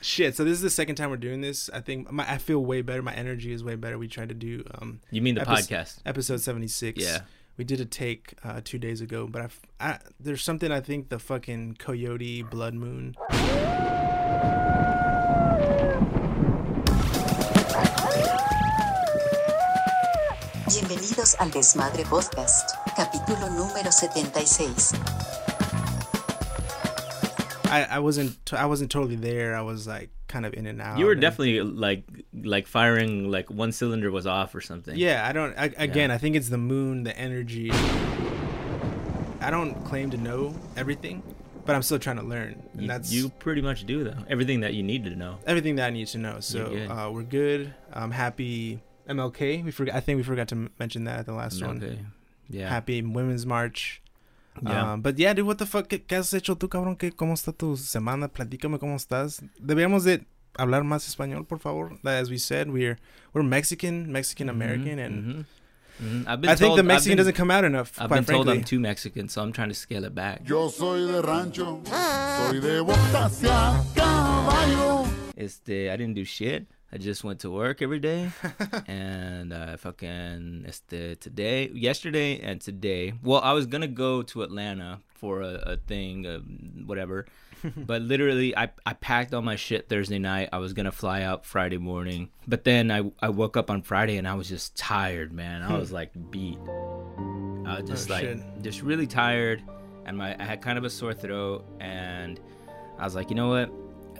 Shit. So this is the second time we're doing this. I think my, I feel way better. My energy is way better. We tried to do um You mean the Epi- podcast? episode 76. Yeah. We did a take uh, two days ago, but I f I there's something I think the fucking coyote blood moon. Bienvenidos al Desmadre Podcast, capítulo número 76. I, I wasn't t- I wasn't totally there. I was like kind of in and out. You were and- definitely like like firing like one cylinder was off or something. Yeah, I don't. I, again, I think it's the moon, the energy. I don't claim to know everything, but I'm still trying to learn, and you, that's you pretty much do though everything that you need to know. everything that I need to know. So You're good. Uh, we're good. I'm happy. MLK. We forgot. I think we forgot to m- mention that at the last one. Okay. Yeah. Happy Women's March. Yeah. Um, but yeah, dude, what the fuck? ¿Qué, qué has hecho tú, cabrón? ¿Qué, ¿Cómo está tu semana? Platícame cómo estás. Deberíamos de hablar más español, por favor. As we said, we're we're Mexican, Mexican American, and Mhm. I've Mm-hmm, been I think told- the I've Mexican been- doesn't come out enough. I've quite been told frankly. I'm too Mexican, so I'm trying to scale it back. Yo soy de rancho, soy de botas y a caballo. Este, I didn't do shit. I just went to work every day, and uh, fucking este today, yesterday, and today. Well, I was gonna go to Atlanta for a, a thing, um, whatever, but literally, I I packed all my shit Thursday night. I was gonna fly out Friday morning, but then I I woke up on Friday and I was just tired, man. I was like beat. I was just like shit. just really tired, and my I had kind of a sore throat, and I was like, you know what?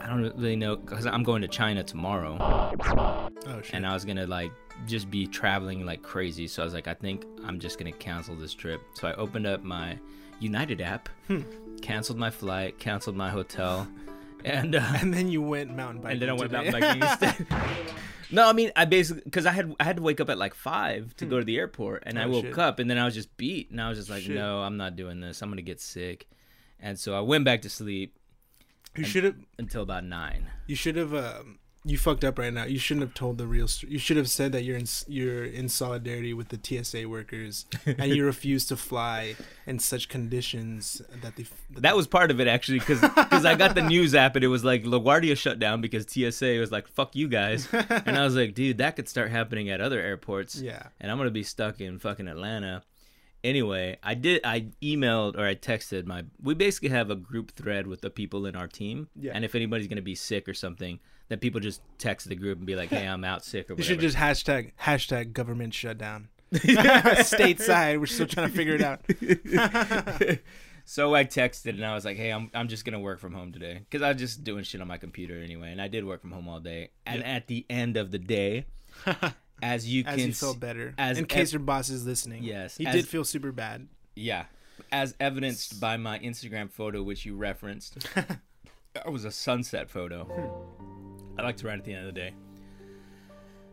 I don't really know because I'm going to China tomorrow, Oh shit. and I was gonna like just be traveling like crazy. So I was like, I think I'm just gonna cancel this trip. So I opened up my United app, canceled my flight, canceled my hotel, and uh, and then you went mountain biking. and then I went today. mountain biking instead. No, I mean I basically because I had I had to wake up at like five to go to the airport, and I Oh, woke shit. up and then I was just beat, and I was just like, Shit. no, I'm not doing this. I'm gonna get sick, and so I went back to sleep you should have. until about nine. You should have. Um, you fucked up right now. You shouldn't have told the real. St- you should have said that you're in. s- You're in solidarity with the TSA workers, and you refuse to fly in such conditions that the. That was part of it actually, because I got the news app and it was like LaGuardia shut down because TSA was like "fuck you guys," and I was like, "Dude, that could start happening at other airports." Yeah. and I'm gonna be stuck in fucking Atlanta. Anyway, I did. I emailed or I texted my. We basically have a group thread with the people in our team. Yeah. And if anybody's gonna be sick or something, then people just text the group and be like, "Hey, I'm out sick or You whatever." should just hashtag hashtag government shutdown. Stateside, we're still trying to figure it out. So I texted and I was like, "Hey, I'm I'm just gonna work from home today because I was just doing shit on my computer anyway, and I did work from home all day. And at the end of the day, as you As can, you felt s- better, as in case your boss is listening. Yes, he as- did feel super bad. yeah, as evidenced by my Instagram photo which you referenced, that was a sunset photo. I like to ride at the end of the day.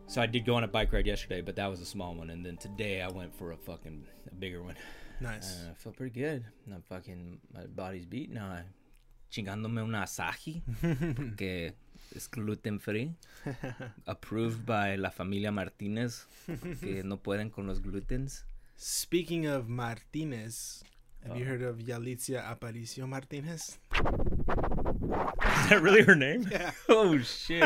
So I did go on a bike ride yesterday, but that was a small one, and then today I went for a fucking a bigger one. Nice. Uh, I feel pretty good. I'm fucking my body's beat now. I'm chingándome un asahi que es gluten free, approved by la familia Martinez, que no pueden con los glutens. Speaking of Martinez, have Oh. you heard of Yalitza Aparicio Martinez? Is that really her name? oh shit.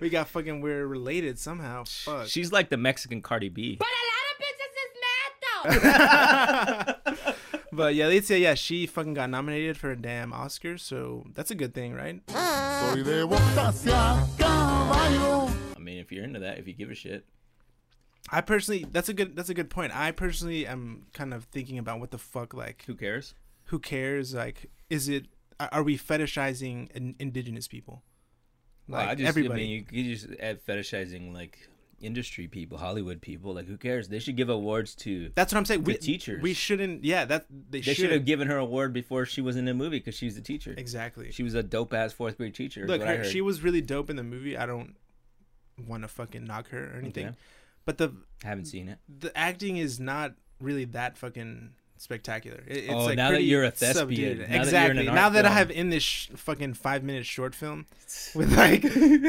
we got fucking we're related somehow. Fuck. She's like the Mexican Cardi B. But a lot of bitches is mad though. but Yalitza, yeah, she fucking got nominated for a damn Oscar, so that's a good thing, right? Soy de botas y a caballo. I mean, if you're into that, if you give a shit. I personally, that's a good, that's a good point. I personally am kind of thinking about what the fuck, like, Who cares? who cares? Like, is it? Are are we fetishizing in, indigenous people? Well, Like I just, everybody. I mean, you, you just add fetishizing like industry people, Hollywood people. Like, who cares? They should give awards to that's what I'm saying. the we teachers. We shouldn't. Yeah, that they, They should should have given her an award before she was in the movie because she was a teacher. exactly. She was a dope ass fourth grade teacher. is Look, what I her, heard. she was really dope in the movie. I don't want to fucking knock her or anything, Okay. but the Oh, I haven't seen it. the acting is not really that fucking spectacular. It- it's Oh, like now that pretty you're a thespian, subdued. now that you're in exactly. an art now that I film. have in this sh- fucking five minute short film with like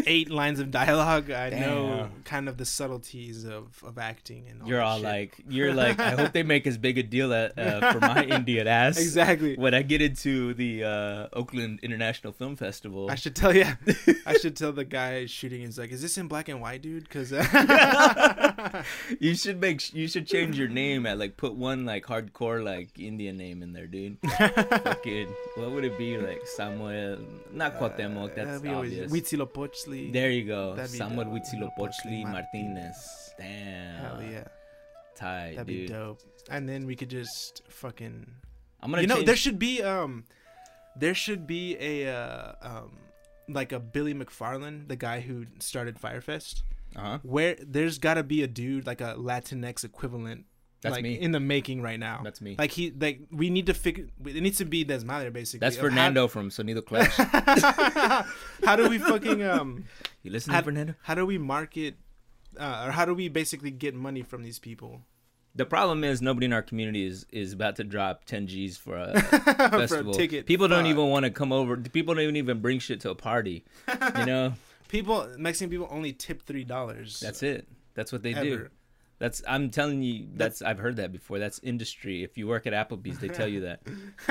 eight lines of dialogue, I know Damn. kind of the subtleties of, of acting and all You're that all shit. like, you're like, I hope they make as big a deal at, uh, for my Indian ass. Exactly. When I get into the uh, Oakland International Film Festival, I should tell yeah, I should tell the guy shooting. He's like, "Is this in black and white, dude?" Because you should make, you should change your name at like, put one like hardcore like Indian name in there, dude. Fucking, what would it be like? Samuel, not Uh, Cuauhtemoc. That's obvious. Huitzilopochtli. there you go, that'd be Samuel dope. Huitzilopochtli Huitzilopochtli Martinez. Damn. Hell yeah, Tight, that'd Uh, dude. be dope. And then we could just fucking I'm gonna you know change- there should be um there should be a uh, um like a Billy McFarlane, the guy who started Firefest, Uh-huh. where there's got to be a dude like a Latinx equivalent That's like, me. in the making right now. That's me. Like he like we need to figure it needs to be Desmadre basically. That's of how- Fernando from Sonido Clash. how do we fucking um you listen how, to Fernando? how do we market uh, or how do we basically get money from these people? The problem is nobody in our community is, is about to drop 10 G's for a festival. ticket, People don't fuck. even want to come over. People don't even bring shit to a party. You know, People Mexican people only tip three dollars. that's it. That's what they do. Ever. That's I'm telling you. That's I've heard that before. That's industry. If you work at Applebee's, they tell you that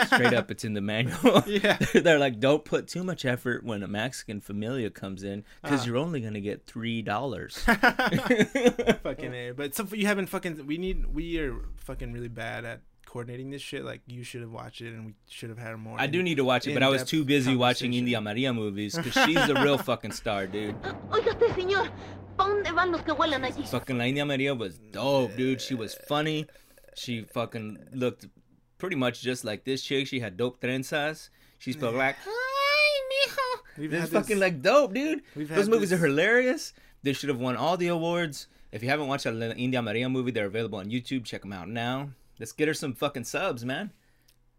straight up. It's in the manual. Yeah. they're like, don't put too much effort when a Mexican familia comes in because you're only gonna get three dollars. fucking A. But so you haven't fucking. We need. We are fucking really bad at coordinating this shit. Like you should have watched it, and we should have had more. I do need to watch it, but I was in-depth too busy watching conversation. India Maria movies because she's the real fucking star, dude. Oiga usted, señor, ¿para dónde van los que vuelan allí? Fucking La India Maria was dope, dude. She was funny. She fucking looked pretty much just like this chick. She had dope trenzas. She spoke like, "Hi, mijo." We've This had is fucking this- like dope, dude. we've Those had movies this- are hilarious. They should have won all the awards. If you haven't watched a La India Maria movie, they're available on YouTube. Check them out now. Let's get her some fucking subs, man.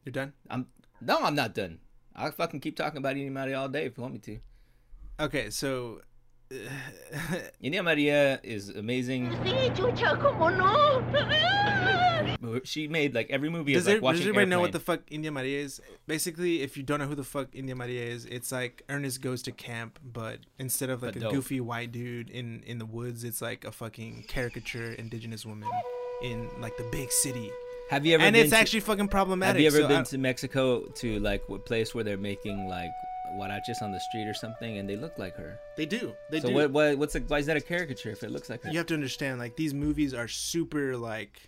You're done. I'm no, I'm not done. I'll fucking keep talking about India Maria all day if you want me to. Okay, so India Maria is amazing. Sí, chucha, ¿cómo no? She made like every movie does, is like there- watching does everybody know what the Airplane. fuck India Maria is? Basically, if you don't know who the fuck India Maria is, it's like Ernest goes to camp, but instead of like a But dope. goofy white dude in in the woods, it's like a fucking caricature indigenous woman in like the big city, Have you ever and been it's to- actually fucking problematic. Have you ever so I- been to Mexico to like a place where they're making like huaraches on the street or something, and they look like her? They do. They So do. what, what? What's a, why is that a caricature if it looks like her? you have to understand like these movies are super like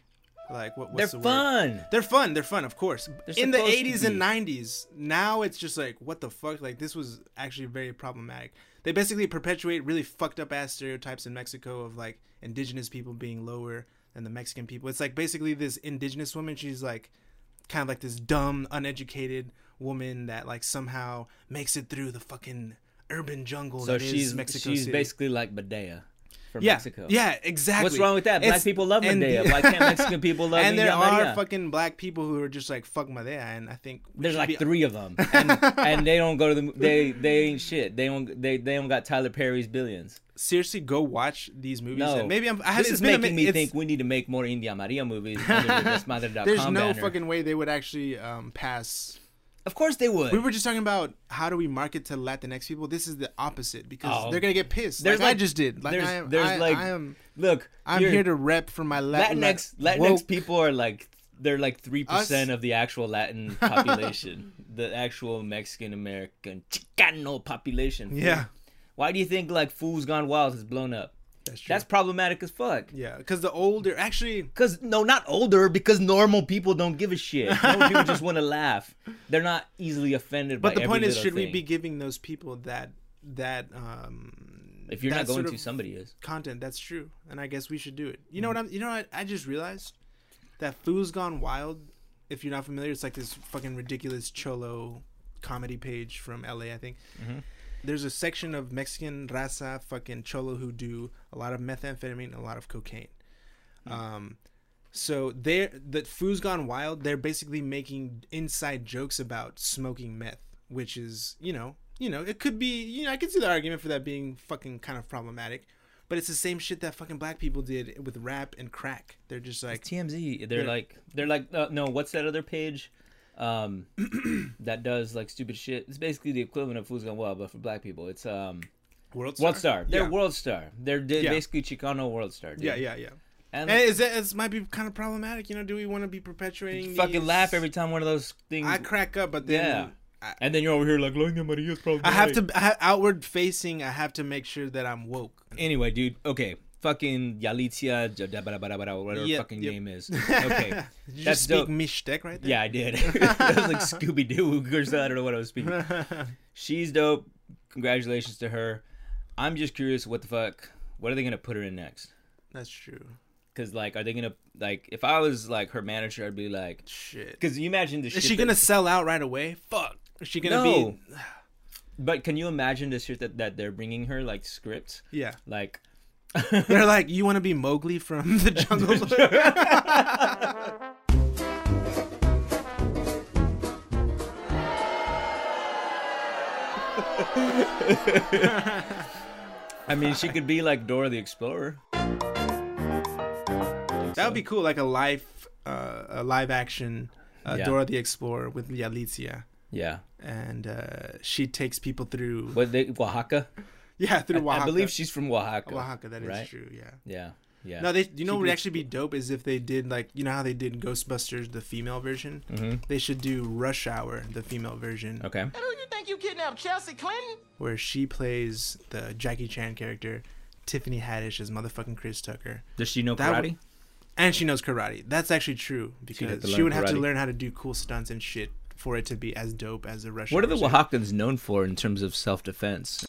like what they're what's the word? fun. they're fun they're fun of course They're in the supposed to 80s and 90s now it's just like what the fuck like this was actually very problematic they basically perpetuate really fucked up ass stereotypes in mexico of like indigenous people being lower than the mexican people it's like basically this indigenous woman she's like kind of like this dumb uneducated woman that like somehow makes it through the fucking urban jungle So that is she's mexico she's City. basically like Badea from yeah, Mexico. Yeah, exactly. What's wrong with that? Black people love and Madea. the- Why can't Mexican people love And there India are Maria? fucking black people who are just like fuck Madea, and I think we There's should like be- three of them, and, and they don't go to the. mo- They they ain't shit. They don't they they don't got Tyler Perry's billions. Seriously, go watch these movies. No, and maybe I'm. I this haven't- is it's been a making mi- me it's- think we need to make more India Maria movies. under the Desmadre.com There's no banner. fucking way they would actually um, pass. Of course they would. We were just talking about how do we market to Latinx people. This is the opposite because Oh. they're gonna get pissed. There's like, I like- just did. Like there's, I am. there's I, like I am. look. I'm you're- here to rep for my Latin, Latinx like, Latinx woke- people are like they're like three percent Us? of the actual Latin population, the actual Mexican American Chicano population. fool. Yeah, Why do you think like Fools Gone Wild has blown up? that's true. That's problematic as fuck. yeah, because the older actually. Cause no, not older. Because normal people don't give a shit. Normal people just want to laugh. They're not easily offended. But by the every point is, little should we thing. be giving those people that that um If you're not that going sort to, of somebody is. content? That's true, and I guess we should do it. You Mm. know what I'm? You know what? I just realized that Foo's Gone Wild. If you're not familiar, it's like this fucking ridiculous cholo comedy page from LA, I think. There's a section of Mexican raza fucking cholo who do a lot of methamphetamine and a lot of cocaine. Um, so they're the Foo's Gone Wild. They're basically making inside jokes about smoking meth, which is you know, you know, it could be you know, I could see the argument for that being fucking kind of problematic, But it's the same shit that fucking black people did with rap and crack. They're just like, TMZ. They're like they're like uh, no. What's that other page? Um, that does like stupid shit. It's basically the equivalent of Who's Gone Wild, but for black people. It's um world star. World Star. They're yeah. World Star. They're di- Yeah. basically Chicano World Star. Dude. Yeah, yeah, yeah. And, And is that this might be kind of problematic? You know, do we want to be perpetuating? fucking these- laugh every time one of those things. I crack up, but then Yeah. I, and then you're over here like, Loña Maria's probably. I have right." to I have outward facing. I have to make sure that I'm woke. Anyway, dude. Okay. Fucking Yalitza, j- da- ba- da- ba- da- ba- da, whatever her Yeah, fucking yep. name is. Okay. Did you That's just speak dope. Mishtek right there? Yeah, I did. I was like Scooby Doo or something. I don't know what I was speaking. She's dope. Congratulations to her. I'm just curious, what the fuck? What are they gonna put her in next? that's true. Cause like, are they gonna like? If I was like her manager, I'd be like, Shit. cause you imagine the Is shit. she that- gonna sell out right away? Fuck. Is she gonna No. be? But can you imagine the shit that, that they're bringing her like scripts? Yeah. Like, They're like, you want to be Mowgli from the Jungle Book? I mean, she could be like Dora the Explorer. that would be cool, like a live, uh, a live action uh, Yeah. Dora the Explorer with Yalizia. Yeah, and uh, she takes people through. but they Oaxaca. Yeah, through Oaxaca. I believe she's from Oaxaca. Oaxaca. That is right? true. Yeah. Yeah, yeah. No, they. You know She what would did- actually be dope is if they did like you know how they did Ghostbusters the female version. They should do Rush Hour the female version Okay. where she plays the Jackie Chan character. Tiffany Haddish is motherfucking Chris Tucker, Does she know That karate? would- and she knows karate. That's actually true because to she, learn would have to karate. learn how to do cool stunts and shit for it to be as dope as the Rush. What are the Hour series. Oaxacans known for in terms of self-defense?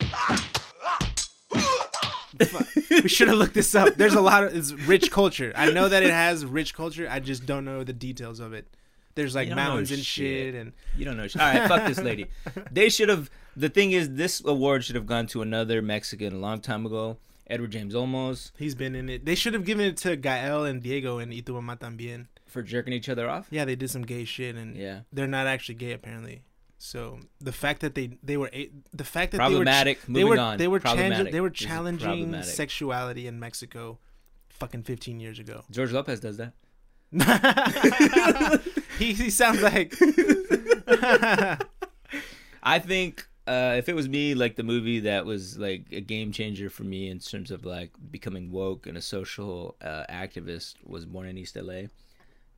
we should have looked this up. There's a lot of it's rich culture. I know that it has rich culture. I just don't know the details of it. There's like You don't know mountains and shit, shit. and You don't know. All right, fuck this lady. They should have. The thing is, this award should have gone to another Mexican a long time ago. Edward James Olmos he's been in it. They should have given it to Gael and Diego and Ituama también. for jerking each other off. Yeah, they did some gay shit, and Yeah. they're not actually gay apparently. So the fact that they they were a- the fact that Problematic. They Moving were, on. they were chan- Problematic. they were This is challenging problematic. sexuality in Mexico, fucking 15 years ago. George Lopez does that. he, he sounds like I think uh, if it was me, like the movie that was like a game changer for me in terms of like becoming woke and a social uh, activist was Born in East LA.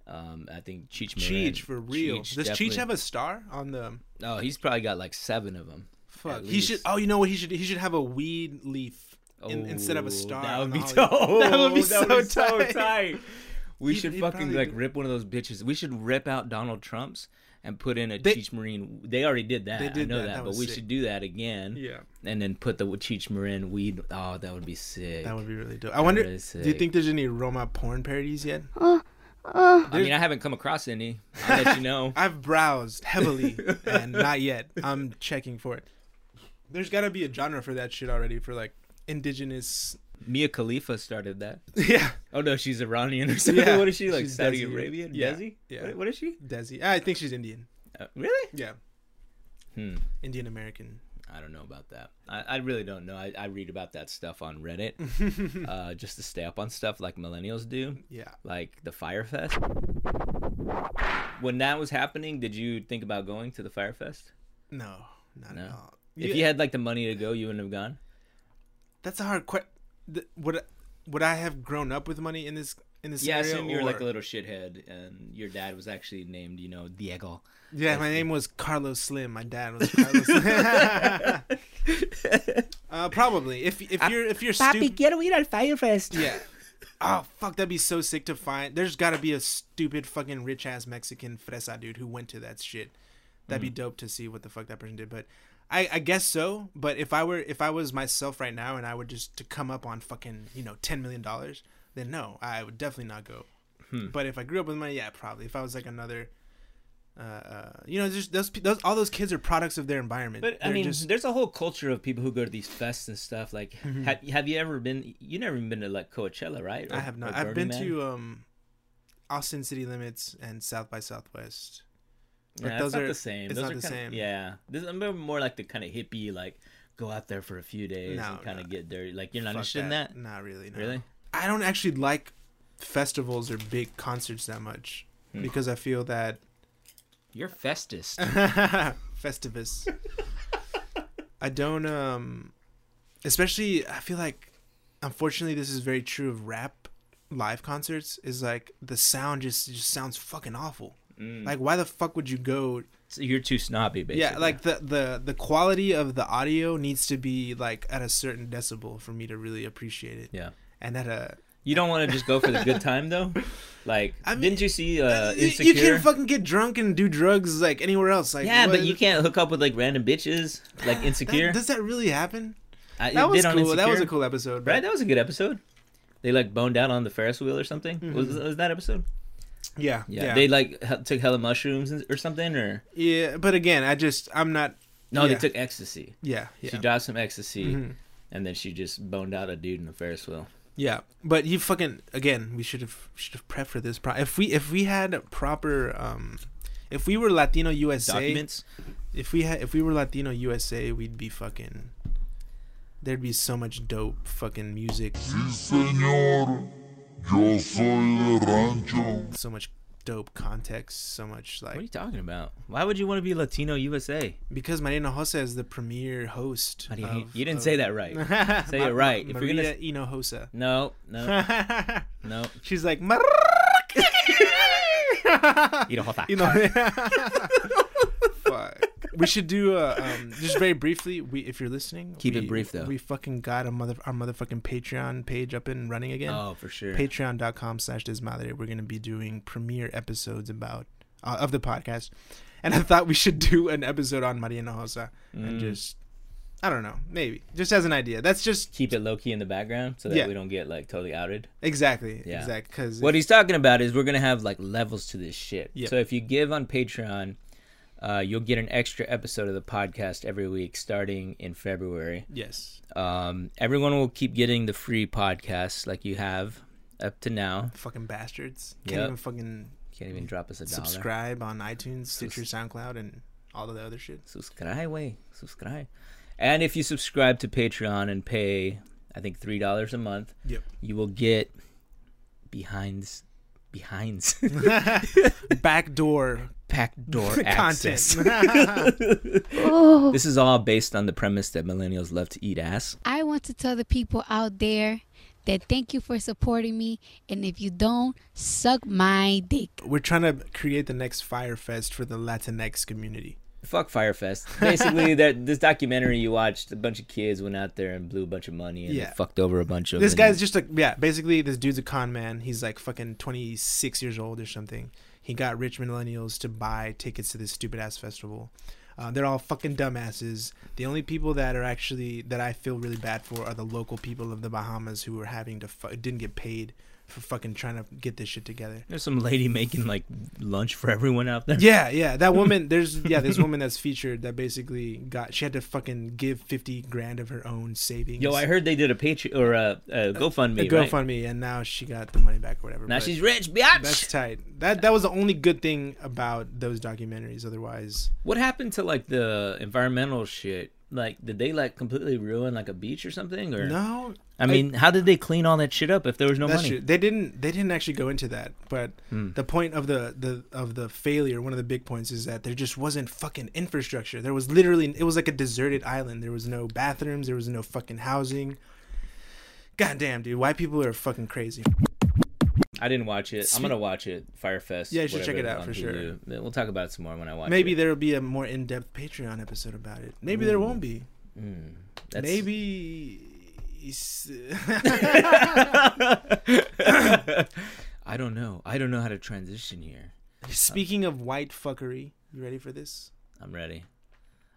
Um, I think Cheech. Marin- Cheech for real. Does Cheech definitely- have a star on the? Oh, he's probably got like seven of them. Fuck. He should. Oh, you know what? He should. He should have a weed leaf in, instead of a star. Oh, on That would the be Hollywood- dope. That would be so so tight. tight. We He'd- should he'd fucking probably like do- rip one of those bitches. We should rip out Donald Trump's and put in a They- Cheech Marine. They already did that. They I did know that. that, That but was we sick. should do that again. Yeah. And then put the Cheech Marin weed. Oh, that would be sick. That would be really dope. I wonder. is Do you sick. think there's any Roma porn parodies yet? I mean, I haven't come across any. I'll let you know. I've browsed heavily and not yet. I'm checking for it. There's got to be a genre for that shit already. For like indigenous. Mia Khalifa started that. Yeah. Oh no, she's Iranian or something. Yeah. What is she like? She's Saudi Desi. Arabia? Yeah. Desi? Yeah. What- what is she? Desi. I think she's Indian. Uh, really? Yeah. Hmm. Indian American. I don't know about that. I, I really don't know. I, I read about that stuff on Reddit uh, just to stay up on stuff like millennials do, Yeah. like the Firefest. When that was happening, did you think about going to the Firefest? No. Not No. at all. If you had like the money to go, you wouldn't have gone. That's a hard question. Would I- would I have grown up with money in this in this? Yeah, I scenario, assume you're like or- a little shithead, and your dad was actually named, you know, Diego. Yeah, my name was Carlos Slim. My dad was Carlos. Slim. uh, probably if if you're if you're stupid. Ah, quiero ir al Firefest. Yeah. Oh fuck, that'd be so sick to find. There's got to be a stupid fucking rich ass Mexican fresa dude who went to that shit. That'd Mm. be dope to see what the fuck that person did. But I, I guess so. But if I were if I was myself right now and I would just to come up on fucking you know ten million dollars, then no, I would definitely not go. Hmm. But if I grew up with money, yeah, probably. If I was like another. Uh, uh, you know, just those, pe- those, all those kids are products of their environment. But I They're mean, just- Mm-hmm. there's a whole culture of people who go to these fests and stuff. Like, have, have you ever been? You never even been to like Coachella, right? Or- I have or not. I've been Burning Man? to um, Austin City Limits and South by Southwest. Yeah, those it's not are- the same. it's those not are the kinda, same. Yeah, this I'm more like the kind of hippie, like go out there for a few days No, and kind of no. get dirty. Like you're not Fuck interested in that. Not really. No. Really? I don't actually like festivals or big concerts that much Hmm. because I feel that You're Festus. Festivus. I don't um especially I feel like unfortunately this is very true of rap live concerts is like the sound just just sounds fucking awful. Hmm. Like why the fuck would you go So you're too snobby, basically. Yeah, like the the the quality of the audio needs to be like at a certain decibel for me to really appreciate it. yeah. And at a You don't want to just go for the good time though. Like, I mean, didn't you see uh, You- Insecure? you can fucking get drunk and do drugs like anywhere else. Like yeah, what but is- you can't hook up with like random bitches, like that- Insecure. does that really happen? I, it That was did on cool. That was a Insecure. cool episode. Right, that was a good episode. They like boned out on the Ferris wheel or something. Was, was that episode? Mm-hmm. Yeah, Yeah. They like he- took hella mushrooms and- or something, or Yeah, but again, I just I'm not. no, Yeah. they took ecstasy. Yeah, She yeah, Mm-hmm. dropped some ecstasy, and then she just boned out a dude in the Ferris wheel. yeah. But you fucking again. We should have should have prepped for this. Pro- if we if we had proper um, if we were Latino USA, Documents. if we had if we were Latino USA, we'd be fucking. There'd be so much dope fucking music, Sí, señor, yo soy de rancho. so much dope context, so much What are you like talking about? Why would you want to be Latino USA? because Marina Hosa is the premier host. How do you, of- you didn't of- say that right. Say it right. If you're Maria gonna s- Hinojosa. No, no, no. She's like, "Mar-" You don't hold you know. Fuck. We should do uh, um, just very briefly. We, if you're listening, Keep it we- brief, though. We fucking got a mother our motherfucking Patreon page up and running again. Oh, for sure. Patreon.com slash Desmadre. We're gonna be doing premiere episodes about uh, of the podcast, and I thought we should do an episode on Maria Hinojosa Mm. and just. I don't know. Maybe just as an idea. That's just Keep it low key in the background so that Yeah. we don't get like totally outed. exactly, Yeah. exactly. Because What he's talking about is we're gonna have like levels to this shit. Yeah. So if you give on Patreon, uh, you'll get an extra episode of the podcast every week starting in February. yes, Um, everyone will keep getting the free podcasts like you have up to now. fucking bastards can't Yep. even fucking Can't even drop us a dollar. subscribe on iTunes, Stitcher, SoundCloud, and all of the other shit. Subscribe, way. Subscribe. And if you subscribe to Patreon and pay, I think three dollars a month, Yep. you will get behinds, behinds, Backdoor backdoor access. content. This is all based on the premise that millennials love to eat ass. I want to tell the people out there that thank you for supporting me. And if you don't, suck my dick. We're trying to create the next Fyre Fest for the Latinx community. Fuck Firefest. Basically, that this documentary you watched, a bunch of kids went out there and blew a bunch of money and Yeah. fucked over a bunch of. This and- guy's just a yeah. Basically, this dude's a con man. He's like fucking twenty six years old or something. He got rich millennials to buy tickets to this stupid ass festival. Uh, they're all fucking dumbasses. The only people that are actually that I feel really bad for are the local people of the Bahamas who were having to fu- didn't get paid for fucking trying to get this shit together. There's some lady making like lunch for everyone out there. Yeah, yeah. That woman, there's yeah, this woman that's featured that basically got she had to fucking give fifty grand of her own savings. Yo, I heard they did a Patreon or a, a a GoFundMe. right? GoFundMe, and now she got the money back or whatever. Now but she's rich, that's bitch. tight. That that was the only good thing about those documentaries. Otherwise, What happened to like the environmental shit? Like, did they like completely ruin like a beach or something? Or no, I mean, how did they clean all that shit up if there was no that's money? Hmm. true. They didn't they didn't actually go into that, but the point of the the of the failure, one of the big points is that there just wasn't fucking infrastructure. There was literally it was like a deserted island. There was no bathrooms. There was no fucking housing. Goddamn, dude, white people are fucking crazy. I didn't watch it. I'm gonna watch it. Firefest. Yeah, you should check whatever it out on for sure. Hulu. Then We'll talk about it some more when I watch Maybe it. there will be a more in depth Patreon episode about it. Maybe there won't be. That's- Maybe. it's- I don't know. I don't know how to transition here. Speaking of white fuckery, you ready for this? I'm ready.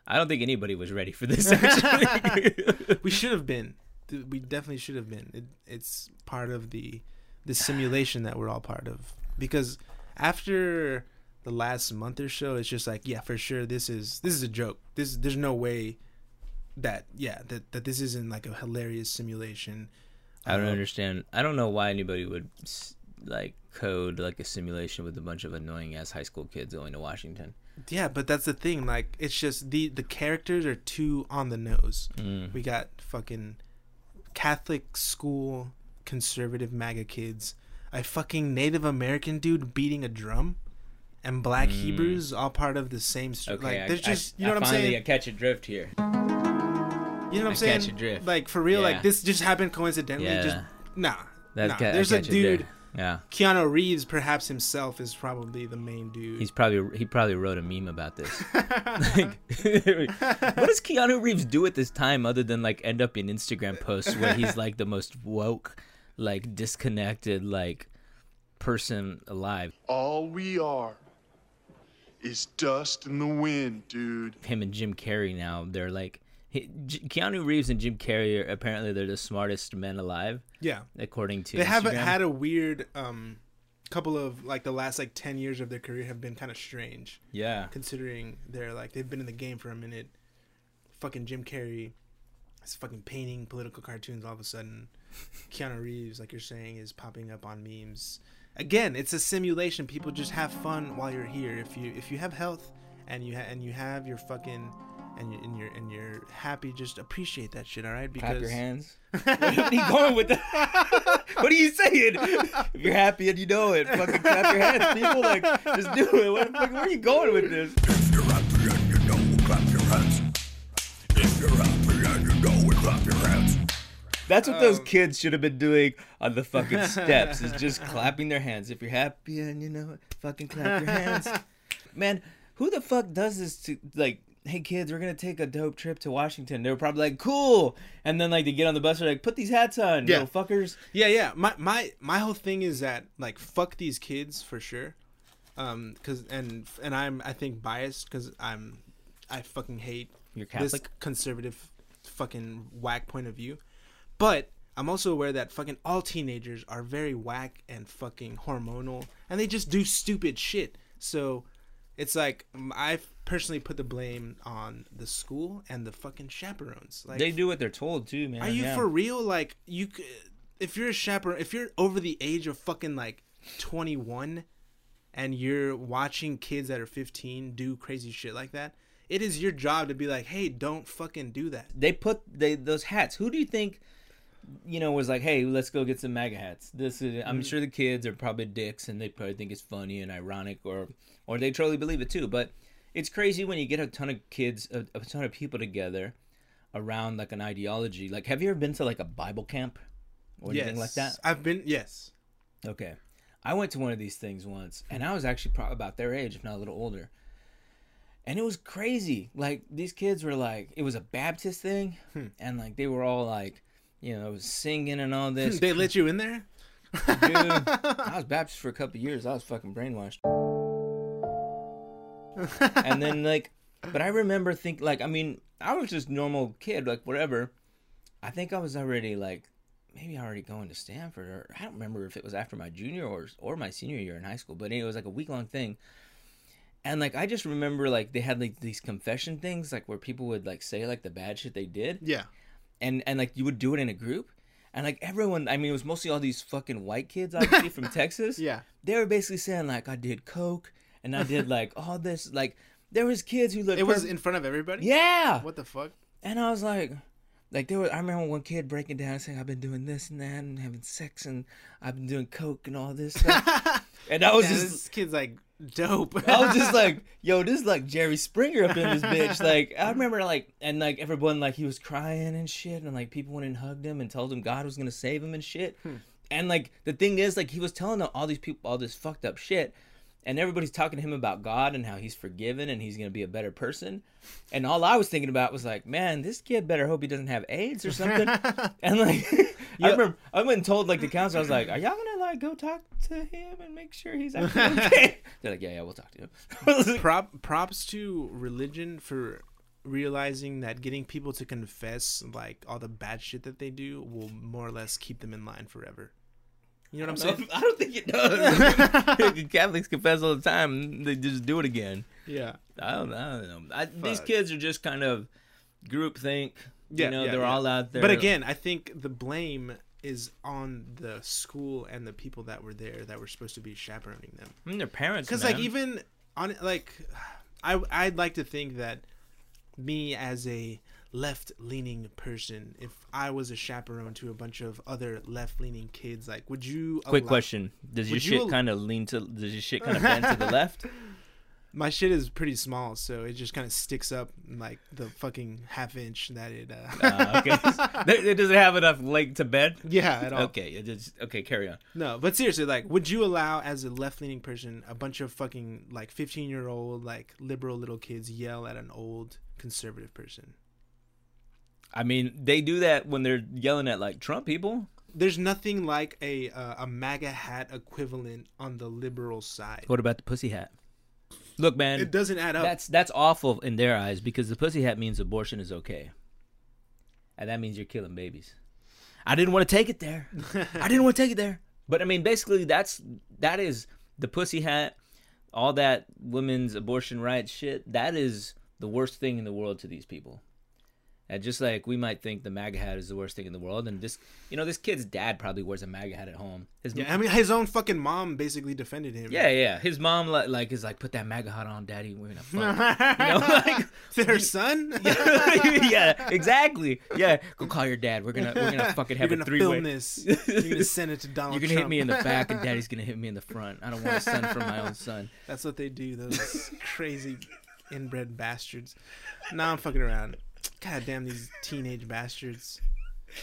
I don't think anybody was ready for this. Actually, We should have been. Th- We definitely should have been. It, it's part of the the simulation that we're all part of. Because after the last month or so, it's just like, yeah, for sure, this is this is a joke. This there's no way that yeah that that this isn't like a hilarious simulation. I don't understand. I don't know why anybody would s- like code like a simulation with a bunch of annoying ass high school kids going to Washington. Yeah, but that's the thing. Like, it's just the the characters are too on the nose. Mm. We got fucking Catholic school conservative MAGA kids, a fucking Native American dude beating a drum, and black Hebrews all part of the same. Str- Mm. Okay, like, I- there's I- just you I know what I'm finally saying. I catch a drift here. you know what I'm I saying? catch a drift. Like for real, Yeah. like this just happened coincidentally. Yeah. Just nah, That nah. ca- I there's a catch it there. dude. Yeah, Keanu Reeves, perhaps himself, is probably the main dude. he's probably he probably wrote a meme about this. Like, what does Keanu Reeves do at this time other than like end up in Instagram posts where he's like the most woke, like disconnected, like person alive? All we are is dust in the wind, dude. Him and Jim Carrey now they're like he, J- Keanu Reeves and Jim Carrey are apparently they're the smartest men alive yeah. according to they haven't Instagram. had a weird um couple of like the last like 10 years of their career have been kind of strange yeah considering they're like they've been in the game for a minute fucking jim carrey is fucking painting political cartoons all of a sudden keanu reeves like you're saying is popping up on memes again it's a simulation people just have fun while you're here if you if you have health and you ha- and you have your fucking and you and you're and you're happy just appreciate that shit all right clap your because hands. Where are you going with that? what are you saying? If you're happy and you know it, fucking clap your hands, people. Like, just do it. What the fuck, where are you going with this? That's what those kids should have been doing on the fucking steps is just clapping their hands. If you're happy and you know it, fucking clap your hands. Man, who the fuck does this to like hey kids, we're gonna take a dope trip to Washington. They were probably like, Cool and then like they get on the bus, they're like, Put these hats on, Yeah. little fuckers. Yeah, yeah. My my my whole thing is that like fuck these kids for sure. Um, cause and and I'm I think biased because I'm I fucking hate You're this Catholic? conservative fucking whack point of view. But I'm also aware that fucking all teenagers are very whack and fucking hormonal, and they just do stupid shit. So it's like um, I personally put the blame on the school and the fucking chaperones. Like They do what they're told too, man. are you yeah. for real? Like you, c- if you're a chaperone, if you're over the age of fucking like 21, and you're watching kids that are 15 do crazy shit like that, it is your job to be like, hey, don't fucking do that. they put they those hats. Who do you think, you know, was like, hey, let's go get some MAGA hats? This is, I'm sure the kids are probably dicks and they probably think it's funny and ironic, or or they totally believe it too. But it's crazy when you get a ton of kids, a, a ton of people together around like an ideology. Like, have you ever been to like a Bible camp or anything like that? I've been yes. Okay. I went to one of these things once, and I was actually probably about their age, if not a little older. And it was crazy. Like these kids were like, it was a Baptist thing, and like they were all like, you know, singing and all this. They let you in there. Dude, I was Baptist for a couple years. I was fucking brainwashed. and then like, but I remember think like, I mean, I was just normal kid, like whatever. I think I was already like, maybe already going to Stanford, or I don't remember if it was after my junior or or my senior year in high school. But anyway, it was like a week long thing. And like I just remember like they had like these confession things like where people would like say like the bad shit they did Yeah. and and like you would do it in a group and like everyone i mean it was mostly all these fucking white kids obviously from texas Yeah. they were basically saying like i did coke and i did like all this like there was kids who looked It was perf- in front of everybody. yeah What the fuck? and i was like like there was i remember one kid breaking down and saying i've been doing this and that and having sex and i've been doing coke and all this stuff and i was Yeah, just this kid's like dope. I was just like, yo, this is like Jerry Springer up in this bitch. Like, I remember like, and like everyone like he was crying and shit, and like people went and hugged him and told him God was gonna save him and shit. And like the thing is, like he was telling all these people all this fucked up shit, and everybody's talking to him about God and how he's forgiven and he's gonna be a better person. And all I was thinking about was like, man, this kid better hope he doesn't have AIDS or something. and like, I remember I went and told like the counselor, I was like, are y'all gonna like go talk to him and make sure he's actually okay? They're like, yeah, yeah, we'll talk to him. I was like, prop props to religion for realizing that getting people to confess like all the bad shit that they do will more or less keep them in line forever. You know what I'm saying? I don't think it does. Catholics confess all the time; they just do it again. Yeah. I don't, I don't know. I, these Fuck. kids are just kind of groupthink. Yeah, you know, yeah, they're yeah. all out there. But again, I think the blame is on the school and the people that were there that were supposed to be chaperoning them. I mean, their parents, Cuz because like even on like I I'd like to think that me as a left leaning person, if I was a chaperone to a bunch of other left leaning kids, like would you Quick allow- question: Does your Would you shit al- kind of lean to? Does your shit kind of bend to the left? My shit is pretty small, so it just kind of sticks up like the fucking half inch that it. Uh, Uh, okay, it it doesn't have enough leg to bend. yeah, at all. Okay, it is, okay, carry on. No, but seriously, like, would you allow as a left leaning person a bunch of fucking like fifteen year old like liberal little kids yell at an old conservative person? I mean, they do that when they're yelling at like Trump people. There's nothing like a uh, a MAGA hat equivalent on the liberal side. What about the pussy hat? Look, man, It doesn't add up. That's that's awful in their eyes because the pussy hat means abortion is okay, and that means you're killing babies. I didn't want to take it there. I didn't want to take it there. But I mean, basically, that's that is the pussy hat, all that women's abortion rights shit. That is the worst thing in the world to these people. And just like we might think the MAGA hat is the worst thing in the world, and this, you know, this kid's dad probably wears a MAGA hat at home. His yeah, I mean, his own fucking mom basically defended him. yeah, yeah. His mom like, like is like, put that MAGA hat on, daddy. We're gonna fuck. you know, like their son. yeah, exactly. Yeah, go call your dad. We're gonna we're gonna fucking You're have gonna a three film way. this. You're gonna send it to Donald. You're gonna Trump. hit me in the back, and daddy's gonna hit me in the front. I don't want a son from my own son. That's what they do, those crazy inbred bastards. Nah, I'm fucking around. God damn these teenage bastards.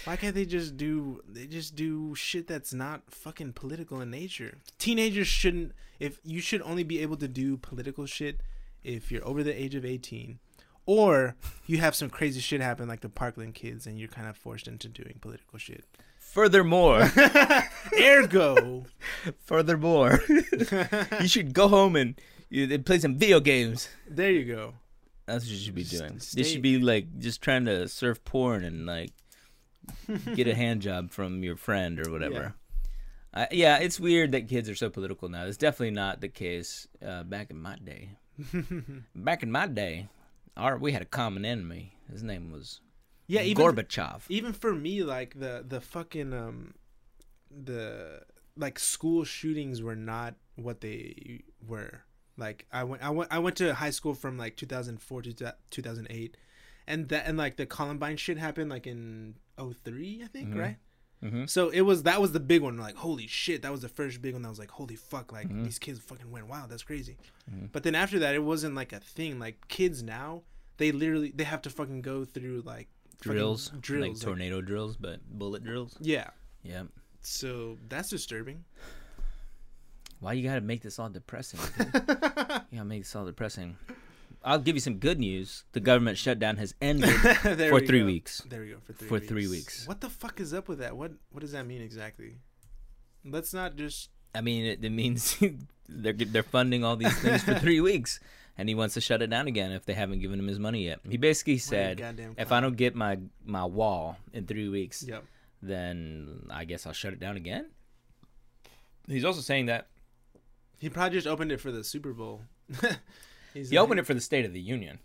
Why can't they just do they just do shit that's not fucking political in nature? Teenagers shouldn't if you should only be able to do political shit if you're over the age of 18 or you have some crazy shit happen like the Parkland kids and you're kind of forced into doing political shit. Furthermore, Ergo, furthermore, you should go home and you, and play some video games. there you go. That's what you should be doing. Just They stay- should be like just trying to surf porn and like get a hand job from your friend or whatever. I, yeah, it's weird that kids are so political now. It's definitely not the case uh, back in my day. back in my day, our we had a common enemy. His name was Yeah, even Gorbachev. even for me like the the fucking um the like school shootings were not what they were like i went i went i went to high school from like 2004 to th- 2008 and that and like the columbine shit happened like in 03 i Mm-hmm. think right so it was that was the big one like holy shit that was the first big one that was like holy fuck like Mm-hmm. these kids fucking went wild that's crazy but then after that it wasn't like a thing like kids now they literally they have to fucking go through like fucking drills, like like- tornado drills, but bullet drills. yeah. Yeah. So that's disturbing. Why you gotta make this all depressing? dude? you gotta make this all depressing. I'll give you some good news. The government shutdown has ended. There For we three go. weeks. There we go. For three For weeks. three weeks. What the fuck is up with that? What What does that mean exactly? Let's not just. I mean, it, it means they're they're funding all these things for three weeks, and he wants to shut it down again if they haven't given him his money yet. He basically said, goddamn "If I don't get my my wall in three weeks, Yep. then I guess I'll shut it down again." He's also saying that He probably just opened it for the Super Bowl. He's he Hmm. opened it for the State of the Union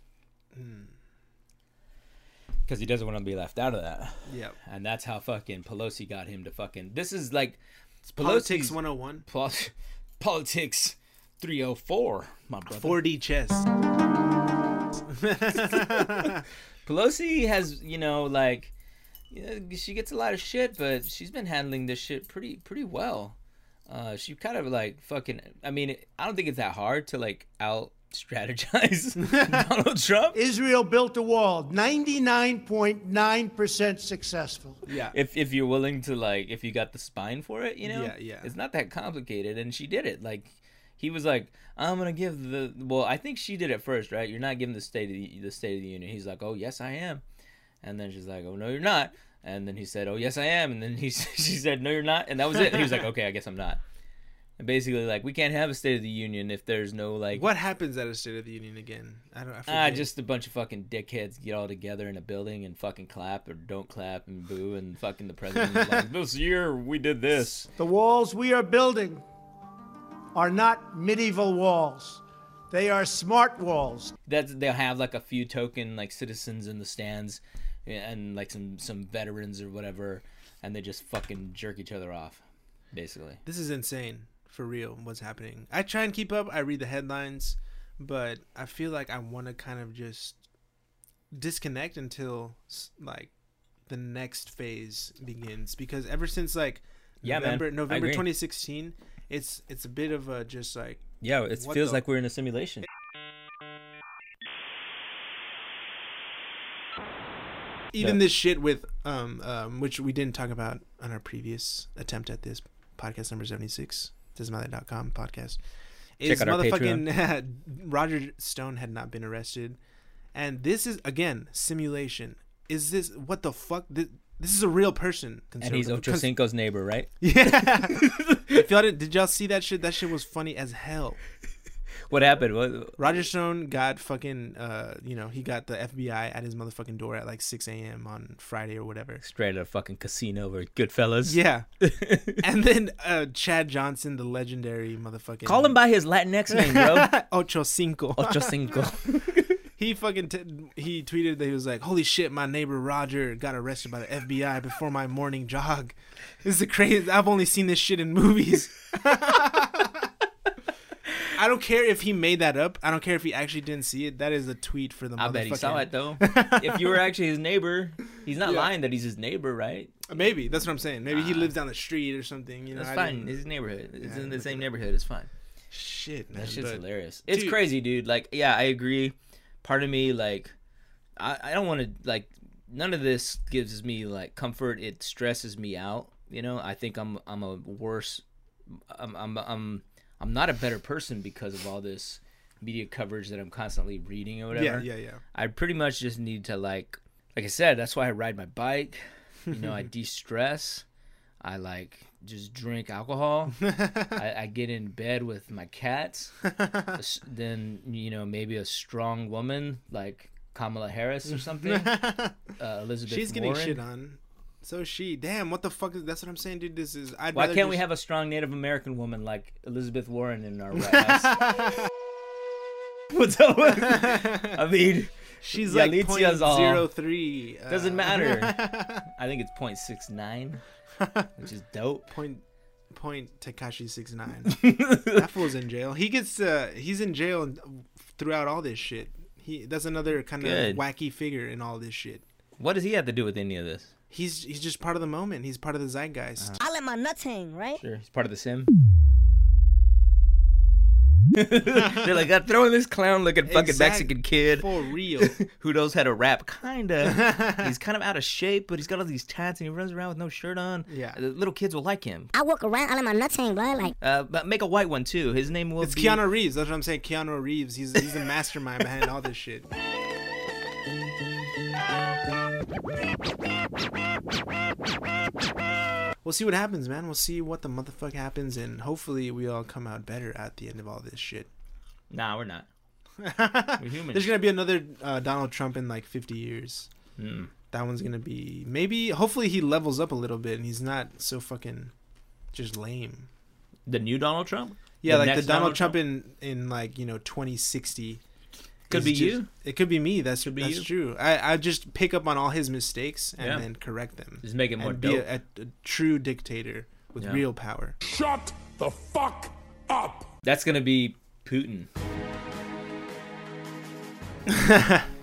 because he doesn't want to be left out of that, Yep. and that's how fucking Pelosi got him to fucking. This is like Politics Pelosi's 101. pol- politics three hundred four, my brother. 4D chess. Pelosi has, you know, like you know, she gets a lot of shit, but she's been handling this shit pretty pretty well. Uh, she kind of like fucking. I mean, I don't think it's that hard to like out strategize Donald Trump. Israel built a wall, 99.9% successful. Yeah. if if you're willing to like if you got the spine for it, you know. Yeah, yeah. It's not that complicated, and she did it. Like he was like, I'm gonna give the well. I think she did it first, right? You're not giving the state of the, the state of the union. He's like, oh yes, I am, and then she's like, oh no, you're not. And then he said, oh yes, I am, and then he she said, no, you're not, and that was it. He was like, okay, I guess I'm not. And basically, like we can't have a state of the union if there's no like. what happens at a State of the Union again? I don't. I Ah, forget. just a bunch of fucking dickheads get all together in a building and fucking clap or don't clap and boo and fucking the president's like, this year we did this. The walls we are building are not medieval walls, they are smart walls. That's they'll have like a few token like citizens in the stands, and like some some veterans or whatever, and they just fucking jerk each other off, basically. This is insane. For real, what's happening? I try and keep up. I read the headlines, but I feel like I want to kind of just disconnect until s- like the next phase begins because ever since like Yeah, man. November I November agree. 2016, it's it's a bit of a just like Yeah, it What feels the- like we're in a simulation. even this shit with um um which we didn't talk about on our previous attempt at this podcast number 76 dismallet.com podcast is out our motherfucking Roger Stone had not been arrested and this is again simulation is this what the fuck this, this is a real person And he's conservative- Ocho Cinco's neighbor, right? yeah if y'all did, did y'all see that shit that shit was funny as hell What happened? What, Roger Stone got fucking uh you know he got the FBI at his motherfucking door at like 6 a.m on Friday or whatever straight out of fucking casino over at Goodfellas. Yeah. and then uh, Chad Johnson, the legendary motherfucking. Call him by his Latinx name, bro. Ocho Cinco. Ocho Cinco. he fucking t- he tweeted that he was like, "Holy shit, my neighbor Roger got arrested by the FBI before my morning jog." This is the crazy. I've only seen this shit in movies. I don't care if he made that up. I don't care if he actually didn't see it. That is a tweet for the I motherfucking. bet he saw it though. if you were actually his neighbor, he's not lying that he's his neighbor, right? Maybe that's what I'm saying. Maybe he lives down the street or something. You know, Ah. That's I fine. didn't- It's his neighborhood. It's I in the didn't same neighborhood. It's fine. Shit, man. That shit's but- hilarious. It's Dude. crazy, dude. Like, yeah, I agree. Part of me, like, I, I don't want to, like, none of this gives me, like, comfort. It stresses me out. You know, I think I'm, I'm a worse, I'm, I'm, I'm, I'm not a better person because of all this media coverage that I'm constantly reading or whatever. Yeah, yeah, yeah. I pretty much just need to like like I said, that's why I ride my bike. You know, I de stress. I like just drink alcohol. I, I get in bed with my cats. S- then you know maybe a strong woman like Kamala Harris or something. uh, Elizabeth. She's getting Warren. shit on. So is she. Damn, what the fuck is that's what I'm saying, dude. This is I'd Why rather can't we just- have a strong Native American woman like Elizabeth Warren in our White House? What's up? with- I mean, She's Yeah, like Litzia's all- 0.03. Uh, doesn't matter. I think it's 0.69, which is dope. Point point Takashi 69. that fool's in jail. He gets uh he's in jail and- throughout all this shit. He that's another kind Good. of wacky figure in all this shit. What does he have to do with any of this? He's he's just part of the moment. He's part of the zeitgeist. Uh-huh. I let my nuts hang, right? Sure, he's part of the sim. They're like, I'm throwing this clown looking fucking Exact- Mexican kid For real. who knows how to rap, kinda. he's kind of out of shape, but he's got all these tats and he runs around with no shirt on. Yeah. The little kids will like him. I walk around, I let my nuts hang, bro. Like, Uh, but make a white one too. His name will It's be. Keanu Reeves. That's what I'm saying. Keanu Reeves. He's he's the mastermind behind all this shit. We'll see what happens, man. We'll see what the motherfuck happens, and hopefully we all come out better at the end of all this shit. Nah, we're not. We're human. There's gonna be another uh, Donald Trump in like 50 years. That one's gonna be maybe. Hopefully he levels up a little bit and he's not so fucking just lame. The new Donald Trump? Yeah, like the next Donald, Trump, in in like you know 2060. Could is be just- you. It could be me. That's be that's you. true. I I just pick up on all his mistakes and Yeah. then correct them. Just make it more and be dope. a, a- a true dictator with Yeah. real power. Shut the fuck up. That's gonna be Putin.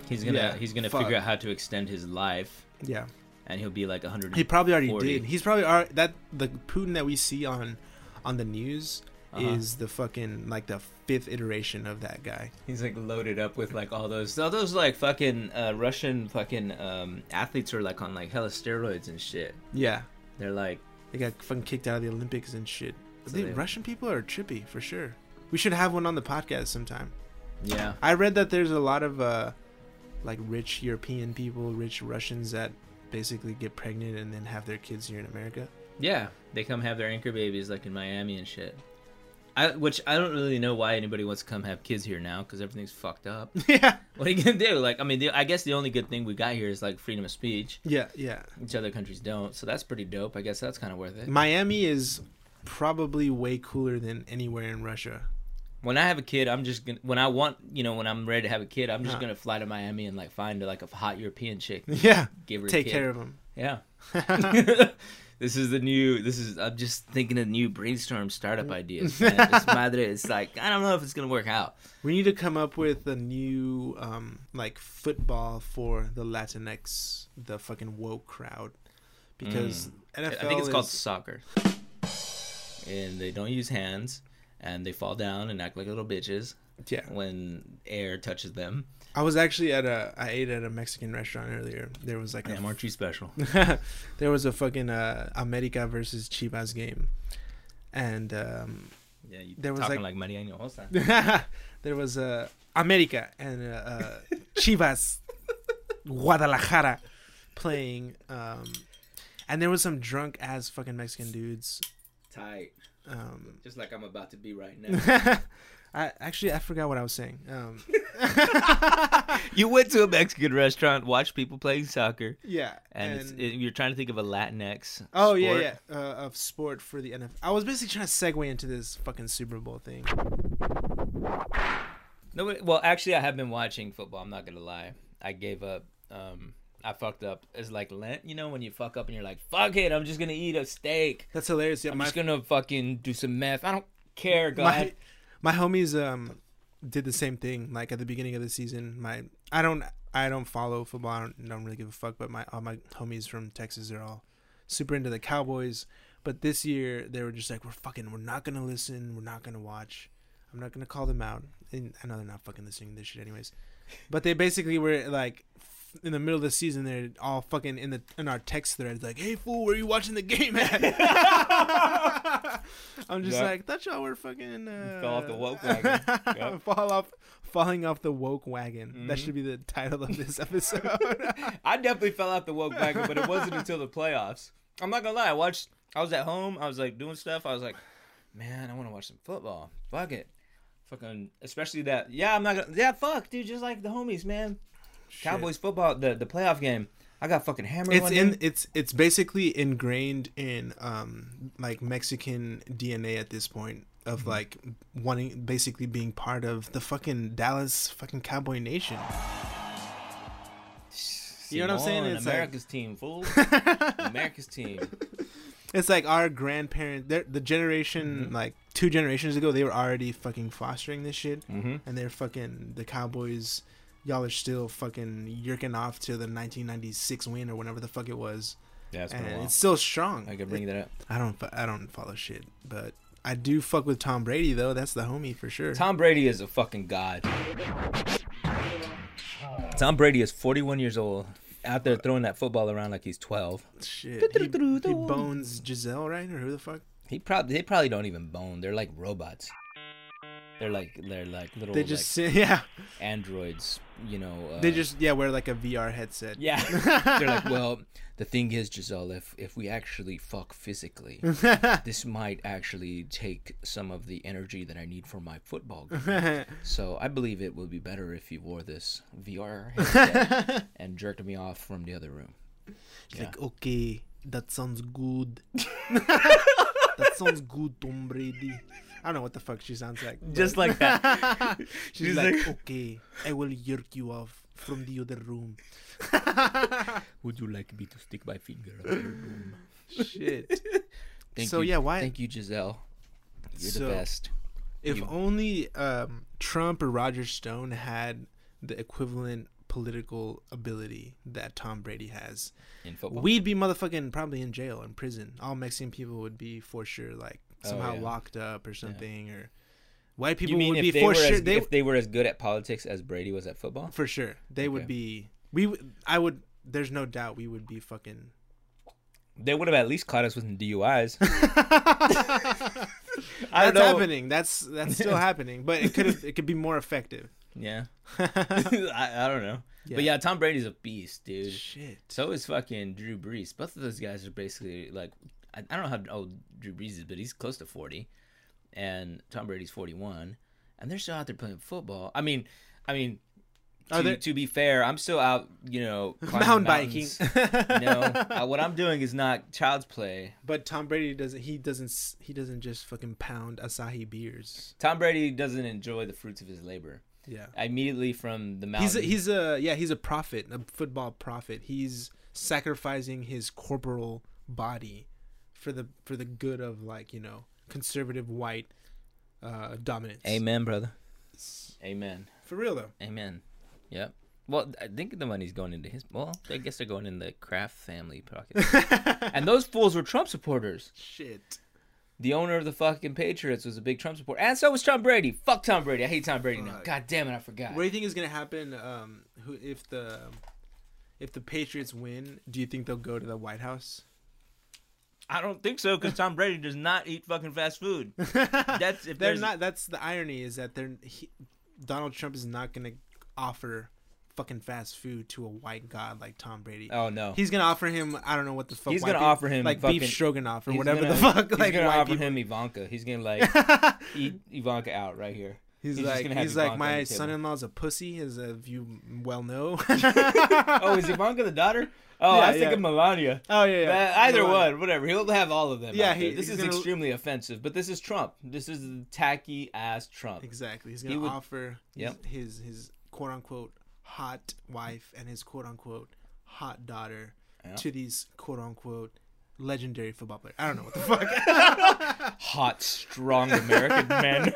he's gonna Yeah, he's gonna fuck. figure out how to extend his life, Yeah, and he'll be like 100. he probably already 40. did. He's probably already, that the Putin that we see on on the news Uh-huh. is the fucking like the fifth iteration of that guy. He's like loaded up with like all those all those like fucking uh, Russian fucking um, athletes are like on like hella steroids and shit. Yeah, They're like they got fucking kicked out of the Olympics and shit. they- Dude, Russian people are trippy for sure. We should have one on the podcast sometime. yeah I read that there's a lot of uh, like rich European people, rich Russians that basically get pregnant and then have their kids here in America. yeah they come have their anchor babies like in Miami and shit. I, which I don't really know why anybody wants to come have kids here now because everything's fucked up. yeah. what are you gonna do? Like, I mean, the, I guess the only good thing we got here is like freedom of speech, Yeah, yeah. which other countries don't. So that's pretty dope. I guess that's kind of worth it. Miami is probably way cooler than anywhere in Russia. when I have a kid, I'm just gonna when I want you know when I'm ready to have a kid, I'm just Huh. gonna fly to Miami and like find like a hot European chick, Yeah. give her a Take kid. care of them. Yeah. this is the new. This is. I'm just thinking of new brainstorm Mm. startup ideas. Man. This madre, it's like I don't know if it's gonna work out. We need to come up with a new um like football for the Latinx, the fucking woke crowd, because Mm. I NFL. think it's called is- soccer. And they don't use hands, and they fall down and act like little bitches Yeah, when air touches them. I was actually at a. I ate at a Mexican restaurant earlier. There was like a Damn, aren't you special? there was a fucking uh, America versus Chivas game, and um, Yeah, you There was, talking like- like, Mariano Hossa. there was uh, America and uh, uh, Chivas Guadalajara playing, um, and there was some drunk ass fucking Mexican dudes. Tight, Um, just like I'm about to be right now. I actually I forgot what I was saying. Um, you went to a Mexican restaurant, watched people playing soccer, yeah, and, it's, it, you're trying to think of a Latinx. oh sport. yeah, yeah, uh, of sport for the NFL. I was basically trying to segue into this fucking Super Bowl thing. No, but- well, actually, I have been watching football. I'm not gonna lie. I gave up. Um, I fucked up. It's like Lent, you know, when you fuck up and you're like, "Fuck it, I'm just gonna eat a steak. That's hilarious. Yeah, I'm my just gonna fucking do some meth. I don't care, God." my my homies um did the same thing like at the beginning of the season my i don't i don't follow football i don't, don't really give a fuck but my all my homies from texas are all super into the cowboys but this year they were just like we're fucking we're not gonna listen we're not gonna watch i'm not gonna call them out and i know they're not fucking listening to this shit anyways but they basically were like f- in the middle of the season they're all fucking in the in our text threads like hey fool where you watching the game at i'm just Yeah. like thought y'all were fucking uh, Fell off the woke wagon. Yep. fall off falling off the woke wagon that should be the title of this episode I definitely fell out the woke wagon, but it wasn't until the playoffs. I'm not gonna lie. I watched. I was at home. I was like doing stuff. I was like, man, I want to watch some football. Fuck it. Fucking, especially that. Yeah, I'm not gonna. Yeah, fuck, dude. Just like the homies, man. Cowboys football, the the playoff game. I got fucking hammered. it's one in day. it's it's basically ingrained in um like mexican dna at this point of like wanting basically being part of the fucking dallas fucking cowboy nation you know what I'm saying? Simone, It's like- America's team, fool. America's team. it's like our grandparents they're- the generation Mm-hmm. like two generations ago they were already fucking fostering this shit Mm-hmm. and they're fucking the cowboys y'all are still fucking yerking off to the 1996 win or whatever the fuck it was Yeah, it's been a and while. it's still strong I could bring that up. I don't fu- I don't follow shit, but I do fuck with Tom Brady though. That's the homie for sure. Tom Brady is a fucking god. Tom Brady is 41 years old, out there throwing that football around like he's 12. shit. He, he bones Giselle, right? Or who the fuck? He probably they probably don't even bone. They're like robots. They're like they're like little They just sit, yeah. like androids, you know. Uh, They just yeah wear like a VR headset. yeah. they're like, well, the thing is, Giselle, if if we actually fuck physically, this might actually take some of the energy that I need for my football game. so I believe it would be better if you wore this VR headset and jerked me off from the other room. It's Like okay, that sounds good. that sounds good, Tom Brady. I don't know what the fuck she sounds like. but Just like that. she's, she's like, like- okay, I will yerk you off from the other room. would you like me to stick my finger up your room? Shit. Thank So, you. yeah, why- Thank you, Giselle. You're So- the best. If You- only um, Trump or Roger Stone had the equivalent political ability that Tom Brady has, in football. we'd be motherfucking probably in jail, in prison. All Mexican people would be for sure like somehow Oh, yeah. locked up or something, or white people you mean would if be they for were sure. as, they if they were as good at politics as Brady was at football? for sure they would Okay. be. We w- I would. There's no doubt we would be fucking. They would have at least caught us with DUIs. I don't That's know. happening. That's that's still happening, but it could have it could be more effective. Yeah. I, I don't know. But Yeah. yeah, Tom Brady's a beast, dude. Shit. So is fucking Drew Brees. Both of those guys are basically like, I, I don't know how old Drew Brees is, but he's close to 40. And Tom Brady's 41. And they're still out there playing football. I mean, I mean, Are to, there- to be fair, I'm still out, you know, climbing Mountain biking. mountains. no, uh, what I'm doing is not child's play. But Tom Brady doesn't. He doesn't. s- He doesn't just fucking pound Asahi beers. Tom Brady doesn't enjoy the fruits of his labor. Yeah. immediately from the mountain. He's a, he's a yeah he's a prophet, a football prophet. He's sacrificing his corporal body for the for the good of like you know conservative white uh, dominance. Amen, brother. Amen. For real though. Amen. Yep. Well, I think the money's going into his. Well, I guess they're going in the Kraft family pocket. and those fools were Trump supporters. Shit. The owner of the fucking Patriots was a big Trump supporter, and so was Tom Brady. Fuck Tom Brady. I hate Tom Brady now. God damn it, I forgot. What do you think is gonna happen? Um, who if the if the Patriots win, do you think they'll go to the White House? I don't think so because Tom Brady does not eat fucking fast food. That's if They're there's not. That's the irony is that they're he, Donald Trump is not gonna offer fucking fast food to a white god like Tom Brady. Oh no. He's gonna offer him. I don't know what the fuck. He's white gonna people- offer him like fucking- beef stroganoff or He's whatever gonna- the fuck. He's like gonna white offer people. him Ivanka. He's gonna like eat Ivanka out right here. He's, just like, gonna have he's like, Ivanka on my the table." son-in-law's a pussy, as uh, you well know. Oh, is Ivanka the daughter? Oh, Yeah, I was thinking yeah. Melania. Oh, yeah, yeah. Uh, either Melania. one, whatever. He'll have all of them. Yeah, Yeah, he- this he's is gonna- extremely offensive, but this is Trump. This is tacky ass Trump. exactly. He's gonna would- offer Yep. his, his his quote-unquote hot wife and his quote-unquote hot daughter to these quote-unquote legendary football players. I don't know what the fuck. Hot, strong American men.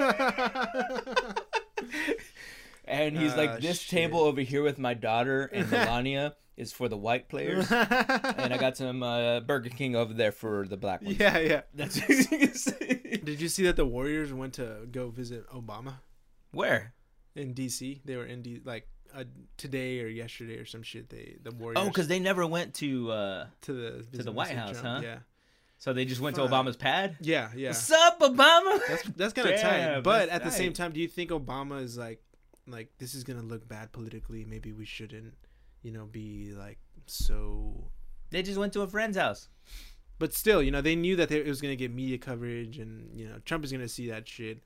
and he's Ah, like, this shit. table over here with my daughter and Melania is for the white players, and I got some uh, Burger King over there for the black ones. yeah, yeah. That's what he's gonna say. Did you see that the Warriors went to go visit Obama? Where? in DC. They were in D- like uh, today or yesterday or some shit. They the Warriors. Oh, because they never went to. Uh, to the visit the White Mr. House, huh? Yeah, so they just went Fuck. to Obama's pad. yeah, yeah. What's up, Obama? That's that's kind of tight. Damn, But at that's the same tight. time, do you think Obama is like like this is gonna look bad politically? Maybe we shouldn't, you know, be like so. They just went to a friend's house. But still, you know, they knew that they, it was gonna get media coverage, and you know, Trump is gonna see that shit.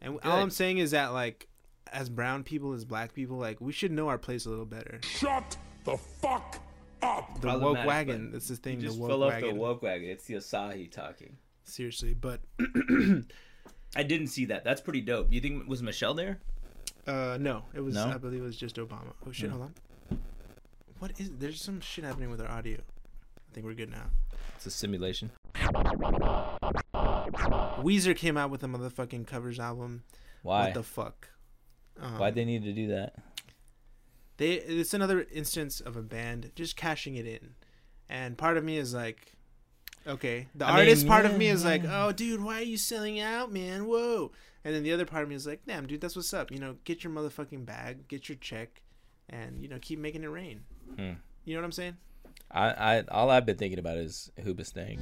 And all Good. I'm saying is that like. As brown people, as black people, like we should know our place a little better. Shut the fuck up. The woke Problematic, wagon. but That's the thing. You just the woke fell off wagon. the woke wagon. It's the Asahi talking. Seriously, but I didn't see that. That's pretty dope. You think was Michelle there? Uh, no, it was. No? I believe it was just Obama. Oh shit! Hold on. What is? There's some shit happening with our audio. I think we're good now. It's a simulation. Weezer came out with a motherfucking covers album. Why? What the fuck? Um, Why they need to do that? they? It's another instance of a band just cashing it in, and part of me is like, okay. The I artist mean, part of yeah, me is like, oh dude, why are you selling out, man? Whoa. And then the other part of me is like, damn, dude, that's what's up. You know, get your motherfucking bag, get your check, and you know, keep making it rain. Hmm. You know what I'm saying? I, I all I've been thinking about is Hooba Stank.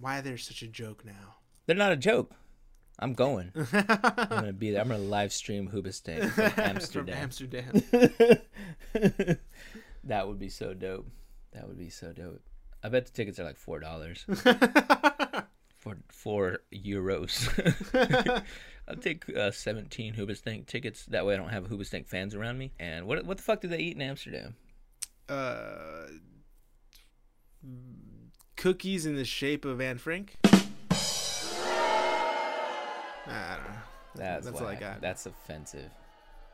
why they're such a joke now. They're not a joke. I'm going. I'm gonna be there. I'm gonna live stream Hooba Stank from From Amsterdam. Amsterdam. that would be so dope. That would be so dope. I bet the tickets are like four dollars. for four euros. I'll take uh, seventeen Hoobastank tickets. That way, I don't have Hoobastank fans around me. And what what the fuck do they eat in Amsterdam? uh, cookies in the shape of Anne Frank. Nah, I don't know. That's, That's why all I got. That's offensive.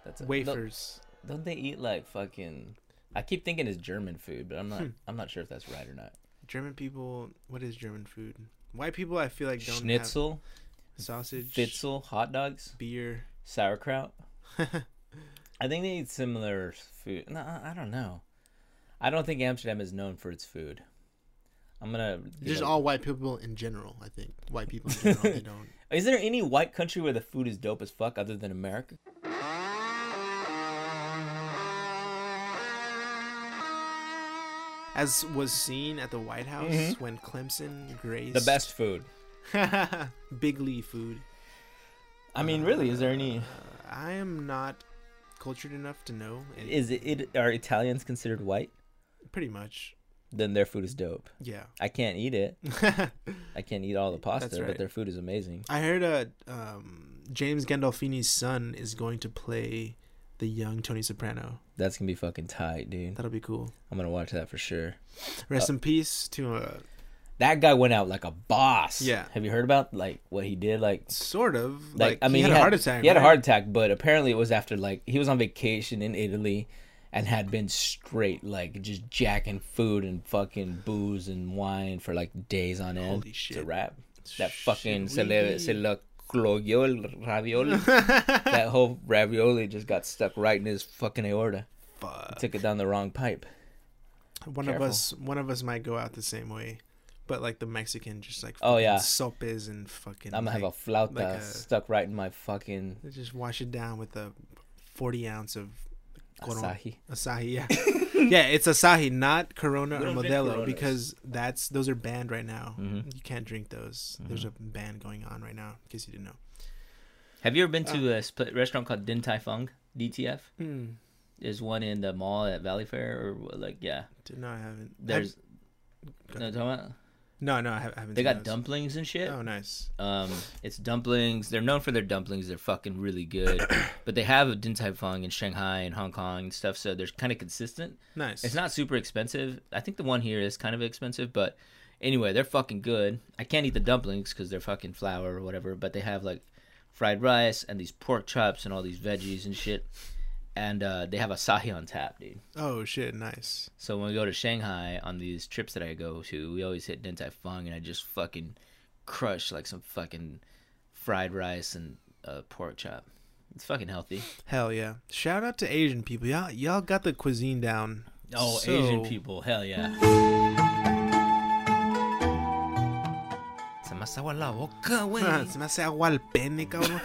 That's a, Wafers. Don't, don't they eat like fucking? I keep thinking it's German food, but I'm Hmm. not. I'm not sure if that's right or not. German people. What is German food? White people, I feel like don't Schnitzel, have sausage, fitzel, hot dogs, beer. sauerkraut. I think they eat similar food. No, I I don't know. I don't think Amsterdam is known for its food. I'm gonna. give Just a- all white people in general. I think white people in general they don't. Is there any white country where the food is dope as fuck other than America? As was seen at the White House when Clemson graced Mm-hmm. The best food. big leaf food. I mean, really, is there any? I am not cultured enough to know. and Is it, it are Italians considered white? pretty much, Then their food is dope. yeah. I can't eat it. I can't eat all the pasta, right. but their food is amazing. I heard uh, um, James Gandolfini's son is going to play the young Tony Soprano. That's gonna be fucking tight, dude. That'll be cool. I'm gonna watch that for sure. Rest in peace to uh, That guy went out like a boss. Yeah. Have you heard about like what he did? Like Sort of. like, I mean, he had a heart attack. He had a right? heart attack, but apparently it was after like he was on vacation in Italy and had been straight like just jacking food and fucking booze and wine for like days on end. Holy It's a shit. wrap. That fucking se le, se le cloyó el ravioli. that whole ravioli just got stuck right in his fucking aorta. Fuck. Took it down the wrong pipe. One Careful. of us, one of us might go out the same way, but like the Mexican, just like Oh, fucking yeah. sopes and fucking. I'm gonna have a like, flauta like a- stuck right in my fucking they just wash it down with a forty ounce of Corona- Asahi. Asahi, yeah, yeah, it's Asahi, not Corona or don't drink Modelo, Coronas. because that's those are banned right now. Mm-hmm. You can't drink those. There's a ban going on right now. In case you didn't know. Have you ever been to a split restaurant called Din Tai Fung? DTF. Mm. There's one in the mall at Valley Fair, or like yeah. No, I haven't. There's Go no, ahead. talking about- no, no, I ha- I haven't. they seen got those. dumplings and shit. Oh, nice. Um, it's dumplings. They're known for their dumplings. They're fucking really good. but they have a Din Tai Fung in Shanghai and Hong Kong and stuff, so they're kind of consistent. Nice. It's not super expensive. I think the one here is kind of expensive, but anyway, they're fucking good. I can't eat the dumplings because they're fucking flour or whatever, but they have like fried rice and these pork chops and all these veggies and shit. And uh, they have Asahi on tap, dude. Oh shit, nice. So when we go to Shanghai on these trips that I go to, we always hit Din Tai Fung, and I just fucking crush like some fucking fried rice and uh, pork chop. It's fucking healthy. Hell yeah! Shout out to Asian people. Y'all, y'all got the cuisine down. Oh, So- Asian people, hell yeah. Se me hace agua la boca, güey. Se me hace agua al pene, cabrón.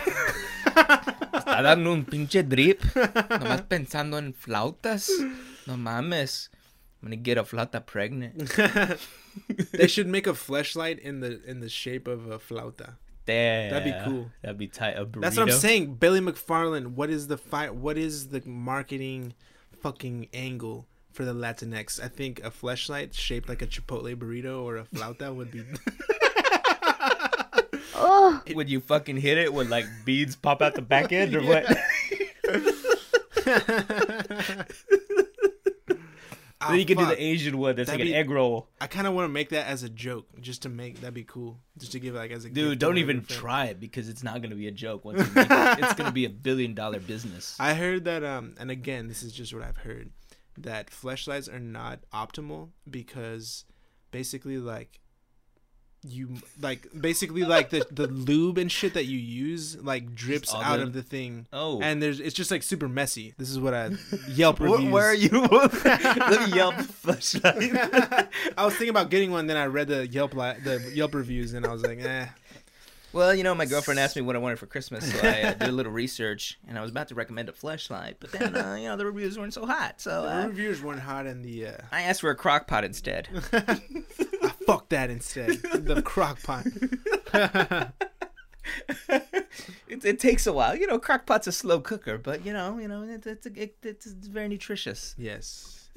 Está dando un pinche drip. Nomás pensando en flautas. No mames. I'm gonna get a flauta pregnant. they should make a fleshlight in the in the shape of a flauta. Damn. That'd be cool. That'd be tight. A burrito. That's what I'm saying. Billy McFarland. What is the fi- What is the marketing fucking angle for the Latinx? I think a fleshlight shaped like a Chipotle burrito or a flauta would be. Would you fucking hit it with like beads pop out the back end or what? Ah, then you can do fuck. the Asian one that's That'd like an be- egg roll. I kind of want to make that as a joke, just to make that'd be cool, just to give it like as a Dude, gift don't away even for- try it because it's not gonna be a joke. Once you make it. it's gonna be a billion dollar business. I heard that um and again this is just what I've heard that fleshlights are not optimal because basically like you like basically like the the lube and shit that you use like drips all out the- of the thing. Oh. And there's it's just like super messy. This is what I Yelp Wh- reviews. you? Let me yelp flashlight. I was thinking about getting one then I read the Yelp li- the Yelp reviews and I was like, "Eh, well, you know, my girlfriend asked me what I wanted for Christmas, so I uh, did a little research, and I was about to recommend a flashlight, but then uh, you know the reviews weren't so hot, so the uh, reviews weren't hot and the uh, I asked for a crock pot instead. fuck that instead. the crock pot. It, it takes a while, you know. Crock pot's a slow cooker, but you know, you know, it, it's it, it's very nutritious. Yes.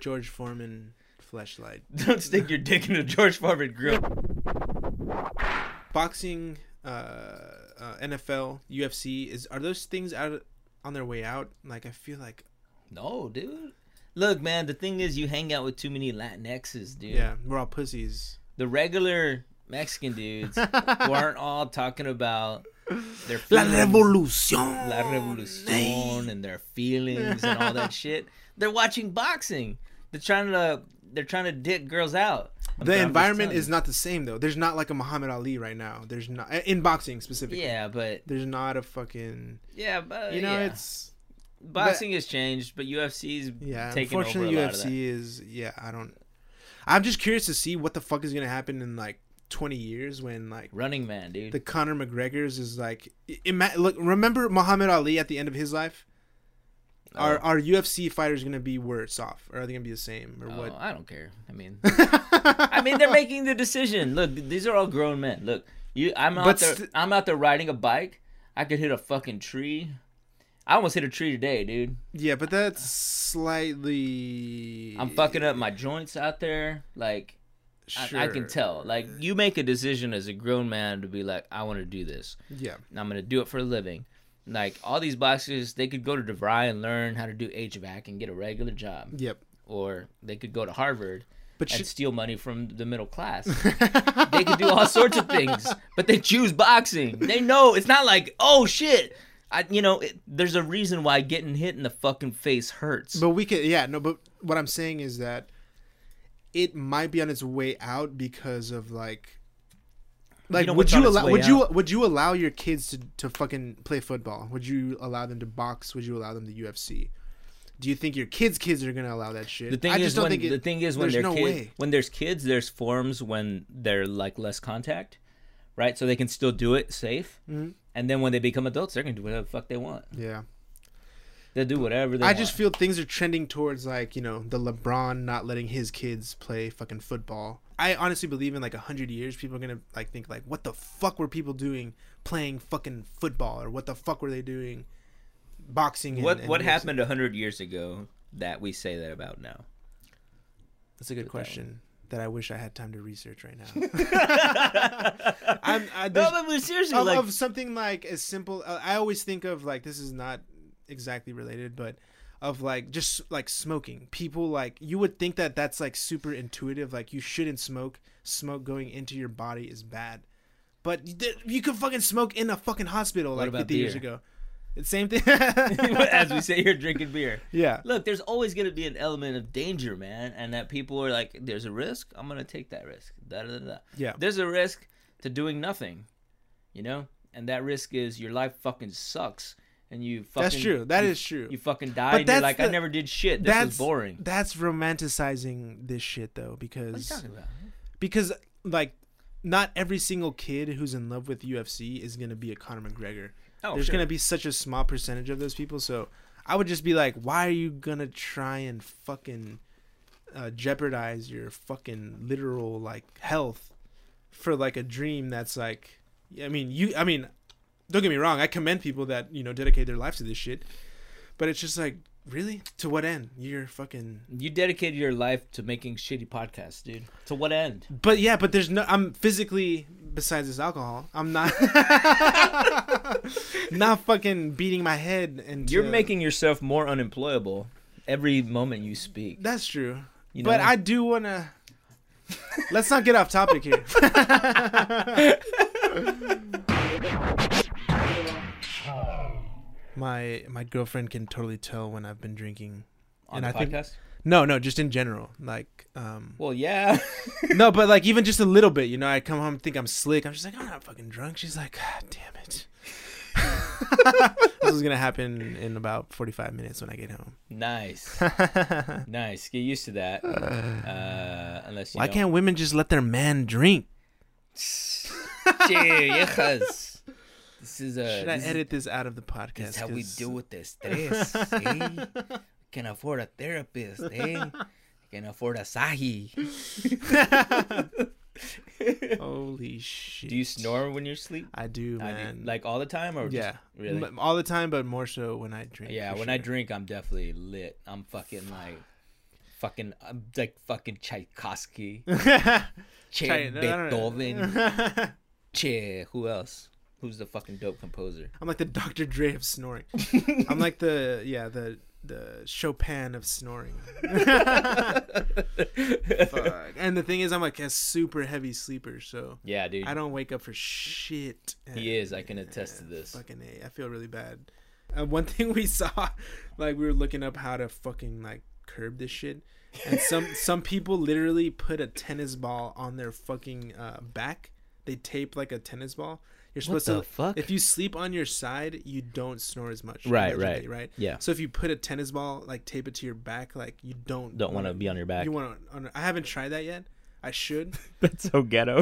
George Foreman fleshlight. Don't stick your dick in a George Foreman grill. boxing, uh, uh, NFL, UFC is are those things out on their way out? Like I feel like No, dude. Look, man, the thing is, you hang out with too many Latinxes, dude. yeah, we're all pussies. The regular Mexican dudes who aren't all talking about their feelings, revolution. La Revolucion and their feelings and all that shit. They're watching boxing. They're trying to they're trying to dick girls out. I'm- I'm The just environment telling is you. not the same though. There's not like a Muhammad Ali right now. There's not eh, in boxing specifically. Yeah, but There's not a fucking yeah, but you know yeah. it's boxing has changed, but UFC's yeah. taking over a unfortunately, lot of that. UFC is yeah. I don't. I'm just curious to see what the fuck is gonna happen in like 20 years when like Running man, dude. the Conor McGregor's is like i- ima- look remember Muhammad Ali at the end of his life Oh. are are UFC fighters going to be worse off or are they going to be the same or Oh, what I don't care. I mean, I mean, they're making the decision. Look, these are all grown men. Look, you, I'm out But there. st- I'm out there riding a bike. I could hit a fucking tree. I almost hit a tree today, dude. yeah but that's slightly I'm fucking up my joints out there. Like, I, I can Sure. tell. Like, you make a decision as a grown man to be like, I want to do this. yeah and I'm gonna do it for a living. Like all these boxers, they could go to DeVry and learn how to do HVAC and get a regular job, yep or they could go to Harvard But and she- steal money from the middle class. they could do all sorts of things, but they choose boxing. They know it's not like oh shit. I, you know, it, there's a reason why getting hit in the fucking face hurts. But we could, yeah, no. But what I'm saying is that it might be on its way out because of like, like know would what's you on its allow way would you out? would you allow your kids to to fucking play football? Would you allow them to box? Would you allow them to UFC? Do you think your kids' kids are gonna allow that shit? The thing I is, just don't when, think it, the thing is when there's there's no kid, way. when there's kids, there's forms when they're like less contact, right? So they can still do it safe. Mm-hmm. And then when they become adults, they're gonna do whatever the fuck they want. Yeah, They'll do whatever they I want. just feel things are trending towards like you know the LeBron not letting his kids play fucking football. I honestly believe in like a hundred years, people are gonna like think like, what the fuck were people doing playing fucking football, or what the fuck were they doing boxing? and- what and what UFC? happened a hundred years ago that we say that about now. That's a good question that I wish I had time to research right now. I'm I, No, there's- but we- seriously, of, like of something like as simple. Uh, I always think of like this is not exactly related, but of like just like smoking. People like you would think that that's like super intuitive. Like you shouldn't smoke. Smoke going into your body is bad, but you did- you could fucking smoke in a fucking hospital like about 50 years beer? ago. It's same thing. as we say, you're drinking beer. yeah. Look, there's always gonna be an element of danger, man, and that people are like, "There's a risk. I'm gonna take that risk." Da da da. da. Yeah. There's a risk to doing nothing, you know, and that risk is your life fucking sucks, and you fucking That's true. That you- is true. You fucking die, But and you're that's like, "I the- never did shit. This That's was boring." That's romanticizing this shit though, because What are you talking about? because like not every single kid who's in love with UFC is gonna be a Conor McGregor. Oh, There's sure. gonna be such a small percentage of those people. So I would just be like, why are you gonna try and fucking uh, jeopardize your fucking literal like health for like a dream that's like, I mean you, I mean, don't get me wrong, I commend people that you know dedicate their lives to this shit, but it's just like. Really? To what end? You're fucking You dedicated your life to making shitty podcasts, dude. To what end? But yeah, but there's no. I'm physically besides this alcohol. I'm not. not fucking beating my head and. You're making yourself more unemployable every moment you speak. That's true. You but know? I do wanna. Let's not get off topic here. my my girlfriend can totally tell when I've been drinking. on and the I think- podcast. No, no, just in general. Like, um, Well, yeah. no, but like even just a little bit, you know. I come home, think I'm slick. I'm just like, I'm not fucking drunk. She's like, God damn it. this is gonna happen in about 45 minutes when I get home. nice, nice. Get used to that. Uh, unless you Why don't. can't women just let their man drink? Gee, yes. This is a. Should I Uh, this is- edit this out of the podcast? This is how we 'Cause- deal with the stress. eh? Can afford a therapist. Eh? Can afford a sahi. Holy shit! Do you snore when you're asleep? I do, I do. man. like all the time, or yeah, just, really? M- all the time, but more so when I drink. yeah, for when I sure. drink, I'm definitely lit. I'm fucking like, fucking, I'm like fucking Tchaikovsky, Che Chai- no, no, no. Beethoven, Che. Who else? Who's the fucking dope composer? I'm like the Dr. Dre of snoring. I'm like the yeah the the Chopin of snoring. Fuck. And the thing is, I'm like a super heavy sleeper, so Yeah, dude. I don't wake up for shit. He is. I can attest to this. Fucking a, I feel really bad. Uh, one thing we saw, like we were looking up how to fucking like curb this shit, and some some people literally put a tennis ball on their fucking uh, back. They tape like a tennis ball. You're supposed the to. fuck? If you sleep on your side, you don't snore as much. Right, allegedly, right. right. Yeah. So if you put a tennis ball, like tape it to your back, like you don't Don't wanna wanna- be on your back. You want to? I haven't tried that yet. I should. That's so ghetto.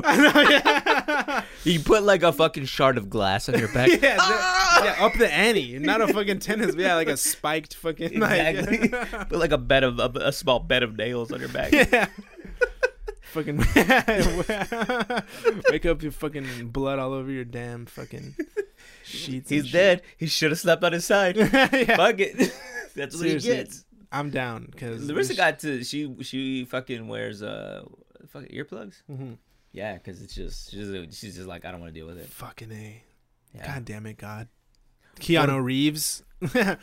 you put like a fucking shard of glass on your back. Yeah, the- yeah, up the ante. Not a fucking tennis, but yeah, like a spiked fucking Exactly. like put like a bed of a, a small bed of nails on your back. yeah. fucking wake up your fucking blood all over your damn fucking sheets. and He's shit. dead. He should have slept on his side. Yeah. Fuck it. That's what he Seriously. gets. I'm down because Larissa got to she she fucking wears uh fucking earplugs. Mm-hmm. Yeah, because it's just she's she's just like I don't want to deal with it. fucking a. Yeah. God damn it, God. Keanu Reeves, Uh,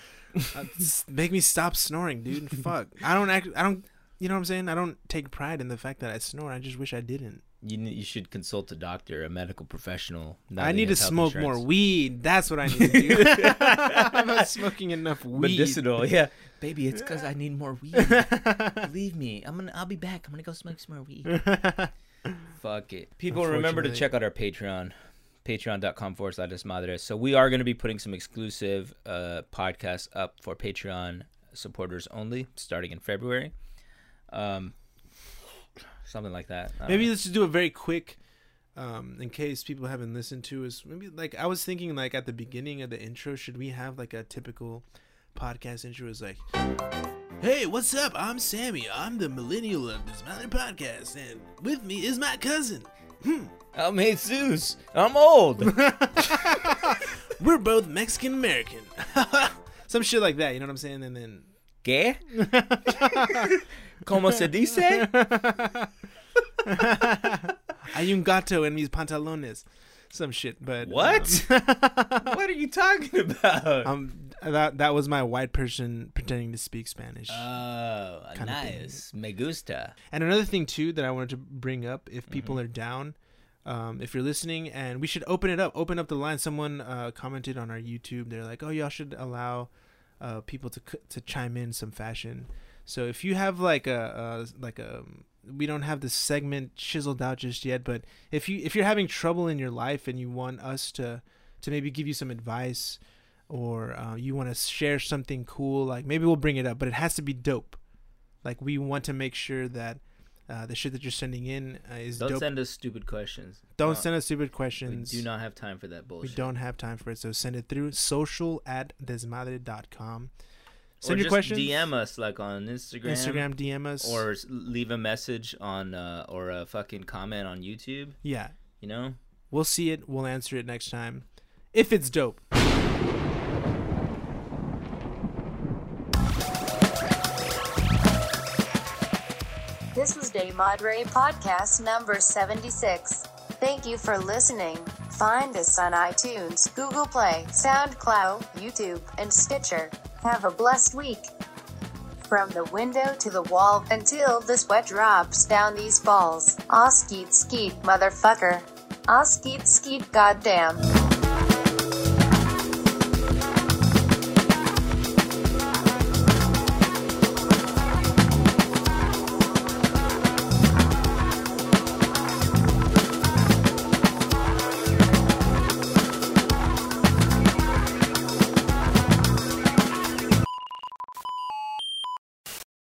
s- make me stop snoring, dude. Fuck. I don't act. I don't. You know what I'm saying? I don't take pride in the fact that I snore. I just wish I didn't. You ne- you should consult a doctor, a medical professional. now I that you need to have health smoke insurance. more weed. That's what I need to do. I'm not smoking enough weed. Medicinal, yeah. Baby, it's because I need more weed. Believe me, I'm gonna. I'll be back. I'm gonna go smoke some more weed. Fuck it. People, remember to Unfortunately. check out our Patreon, patreon.com forward slash desmadres. So we are gonna be putting some exclusive uh, podcasts up for Patreon supporters only, starting in February. Um, something like that. I don't maybe know. let's just do a very quick um in case people haven't listened to is maybe like i was thinking like at the beginning of the intro should we have like a typical podcast intro is like hey what's up i'm sammy i'm the millennial of this matter podcast and with me is my cousin I'm Jesus. I'm old. we're both mexican american some shit like that you know what i'm saying and then ¿Qué? ¿Cómo se dice? hay un gato en mis pantalones some shit but What? what are you talking about? um that that was my white person pretending to speak spanish Oh, Kinda nice. Me gusta. And another thing too that I wanted to bring up, if people are down, um, if you're listening, and we should open it up, open up the line. Someone uh, commented on our YouTube. They're like, "Oh, y'all should allow uh, people to c- to chime in some fashion." So if you have like a, a like a we don't have this segment chiseled out just yet, but if you if you're having trouble in your life and you want us to to maybe give you some advice or uh, you want to share something cool, like maybe we'll bring it up, but it has to be dope. Like we want to make sure that uh, the shit that you're sending in uh, is Don't dope. send us stupid questions. don't No, send us stupid We questions. do not have time for that We bullshit. don't have time for it, so send it through social at desmadre.com. or Send your just questions. DM us like on Instagram. Instagram, DM us. Or s- leave a message on uh, or a fucking comment on YouTube. yeah, You know. we'll see it. We'll answer it next time, if it's dope. This was De Madre Podcast number 76. Thank you for listening. Find us on iTunes, Google Play, SoundCloud, YouTube, and Stitcher. Have a blessed week. From the window to the wall until the sweat drops down these balls. Aw skeet skeet, motherfucker. Aw skeet skeet, goddamn.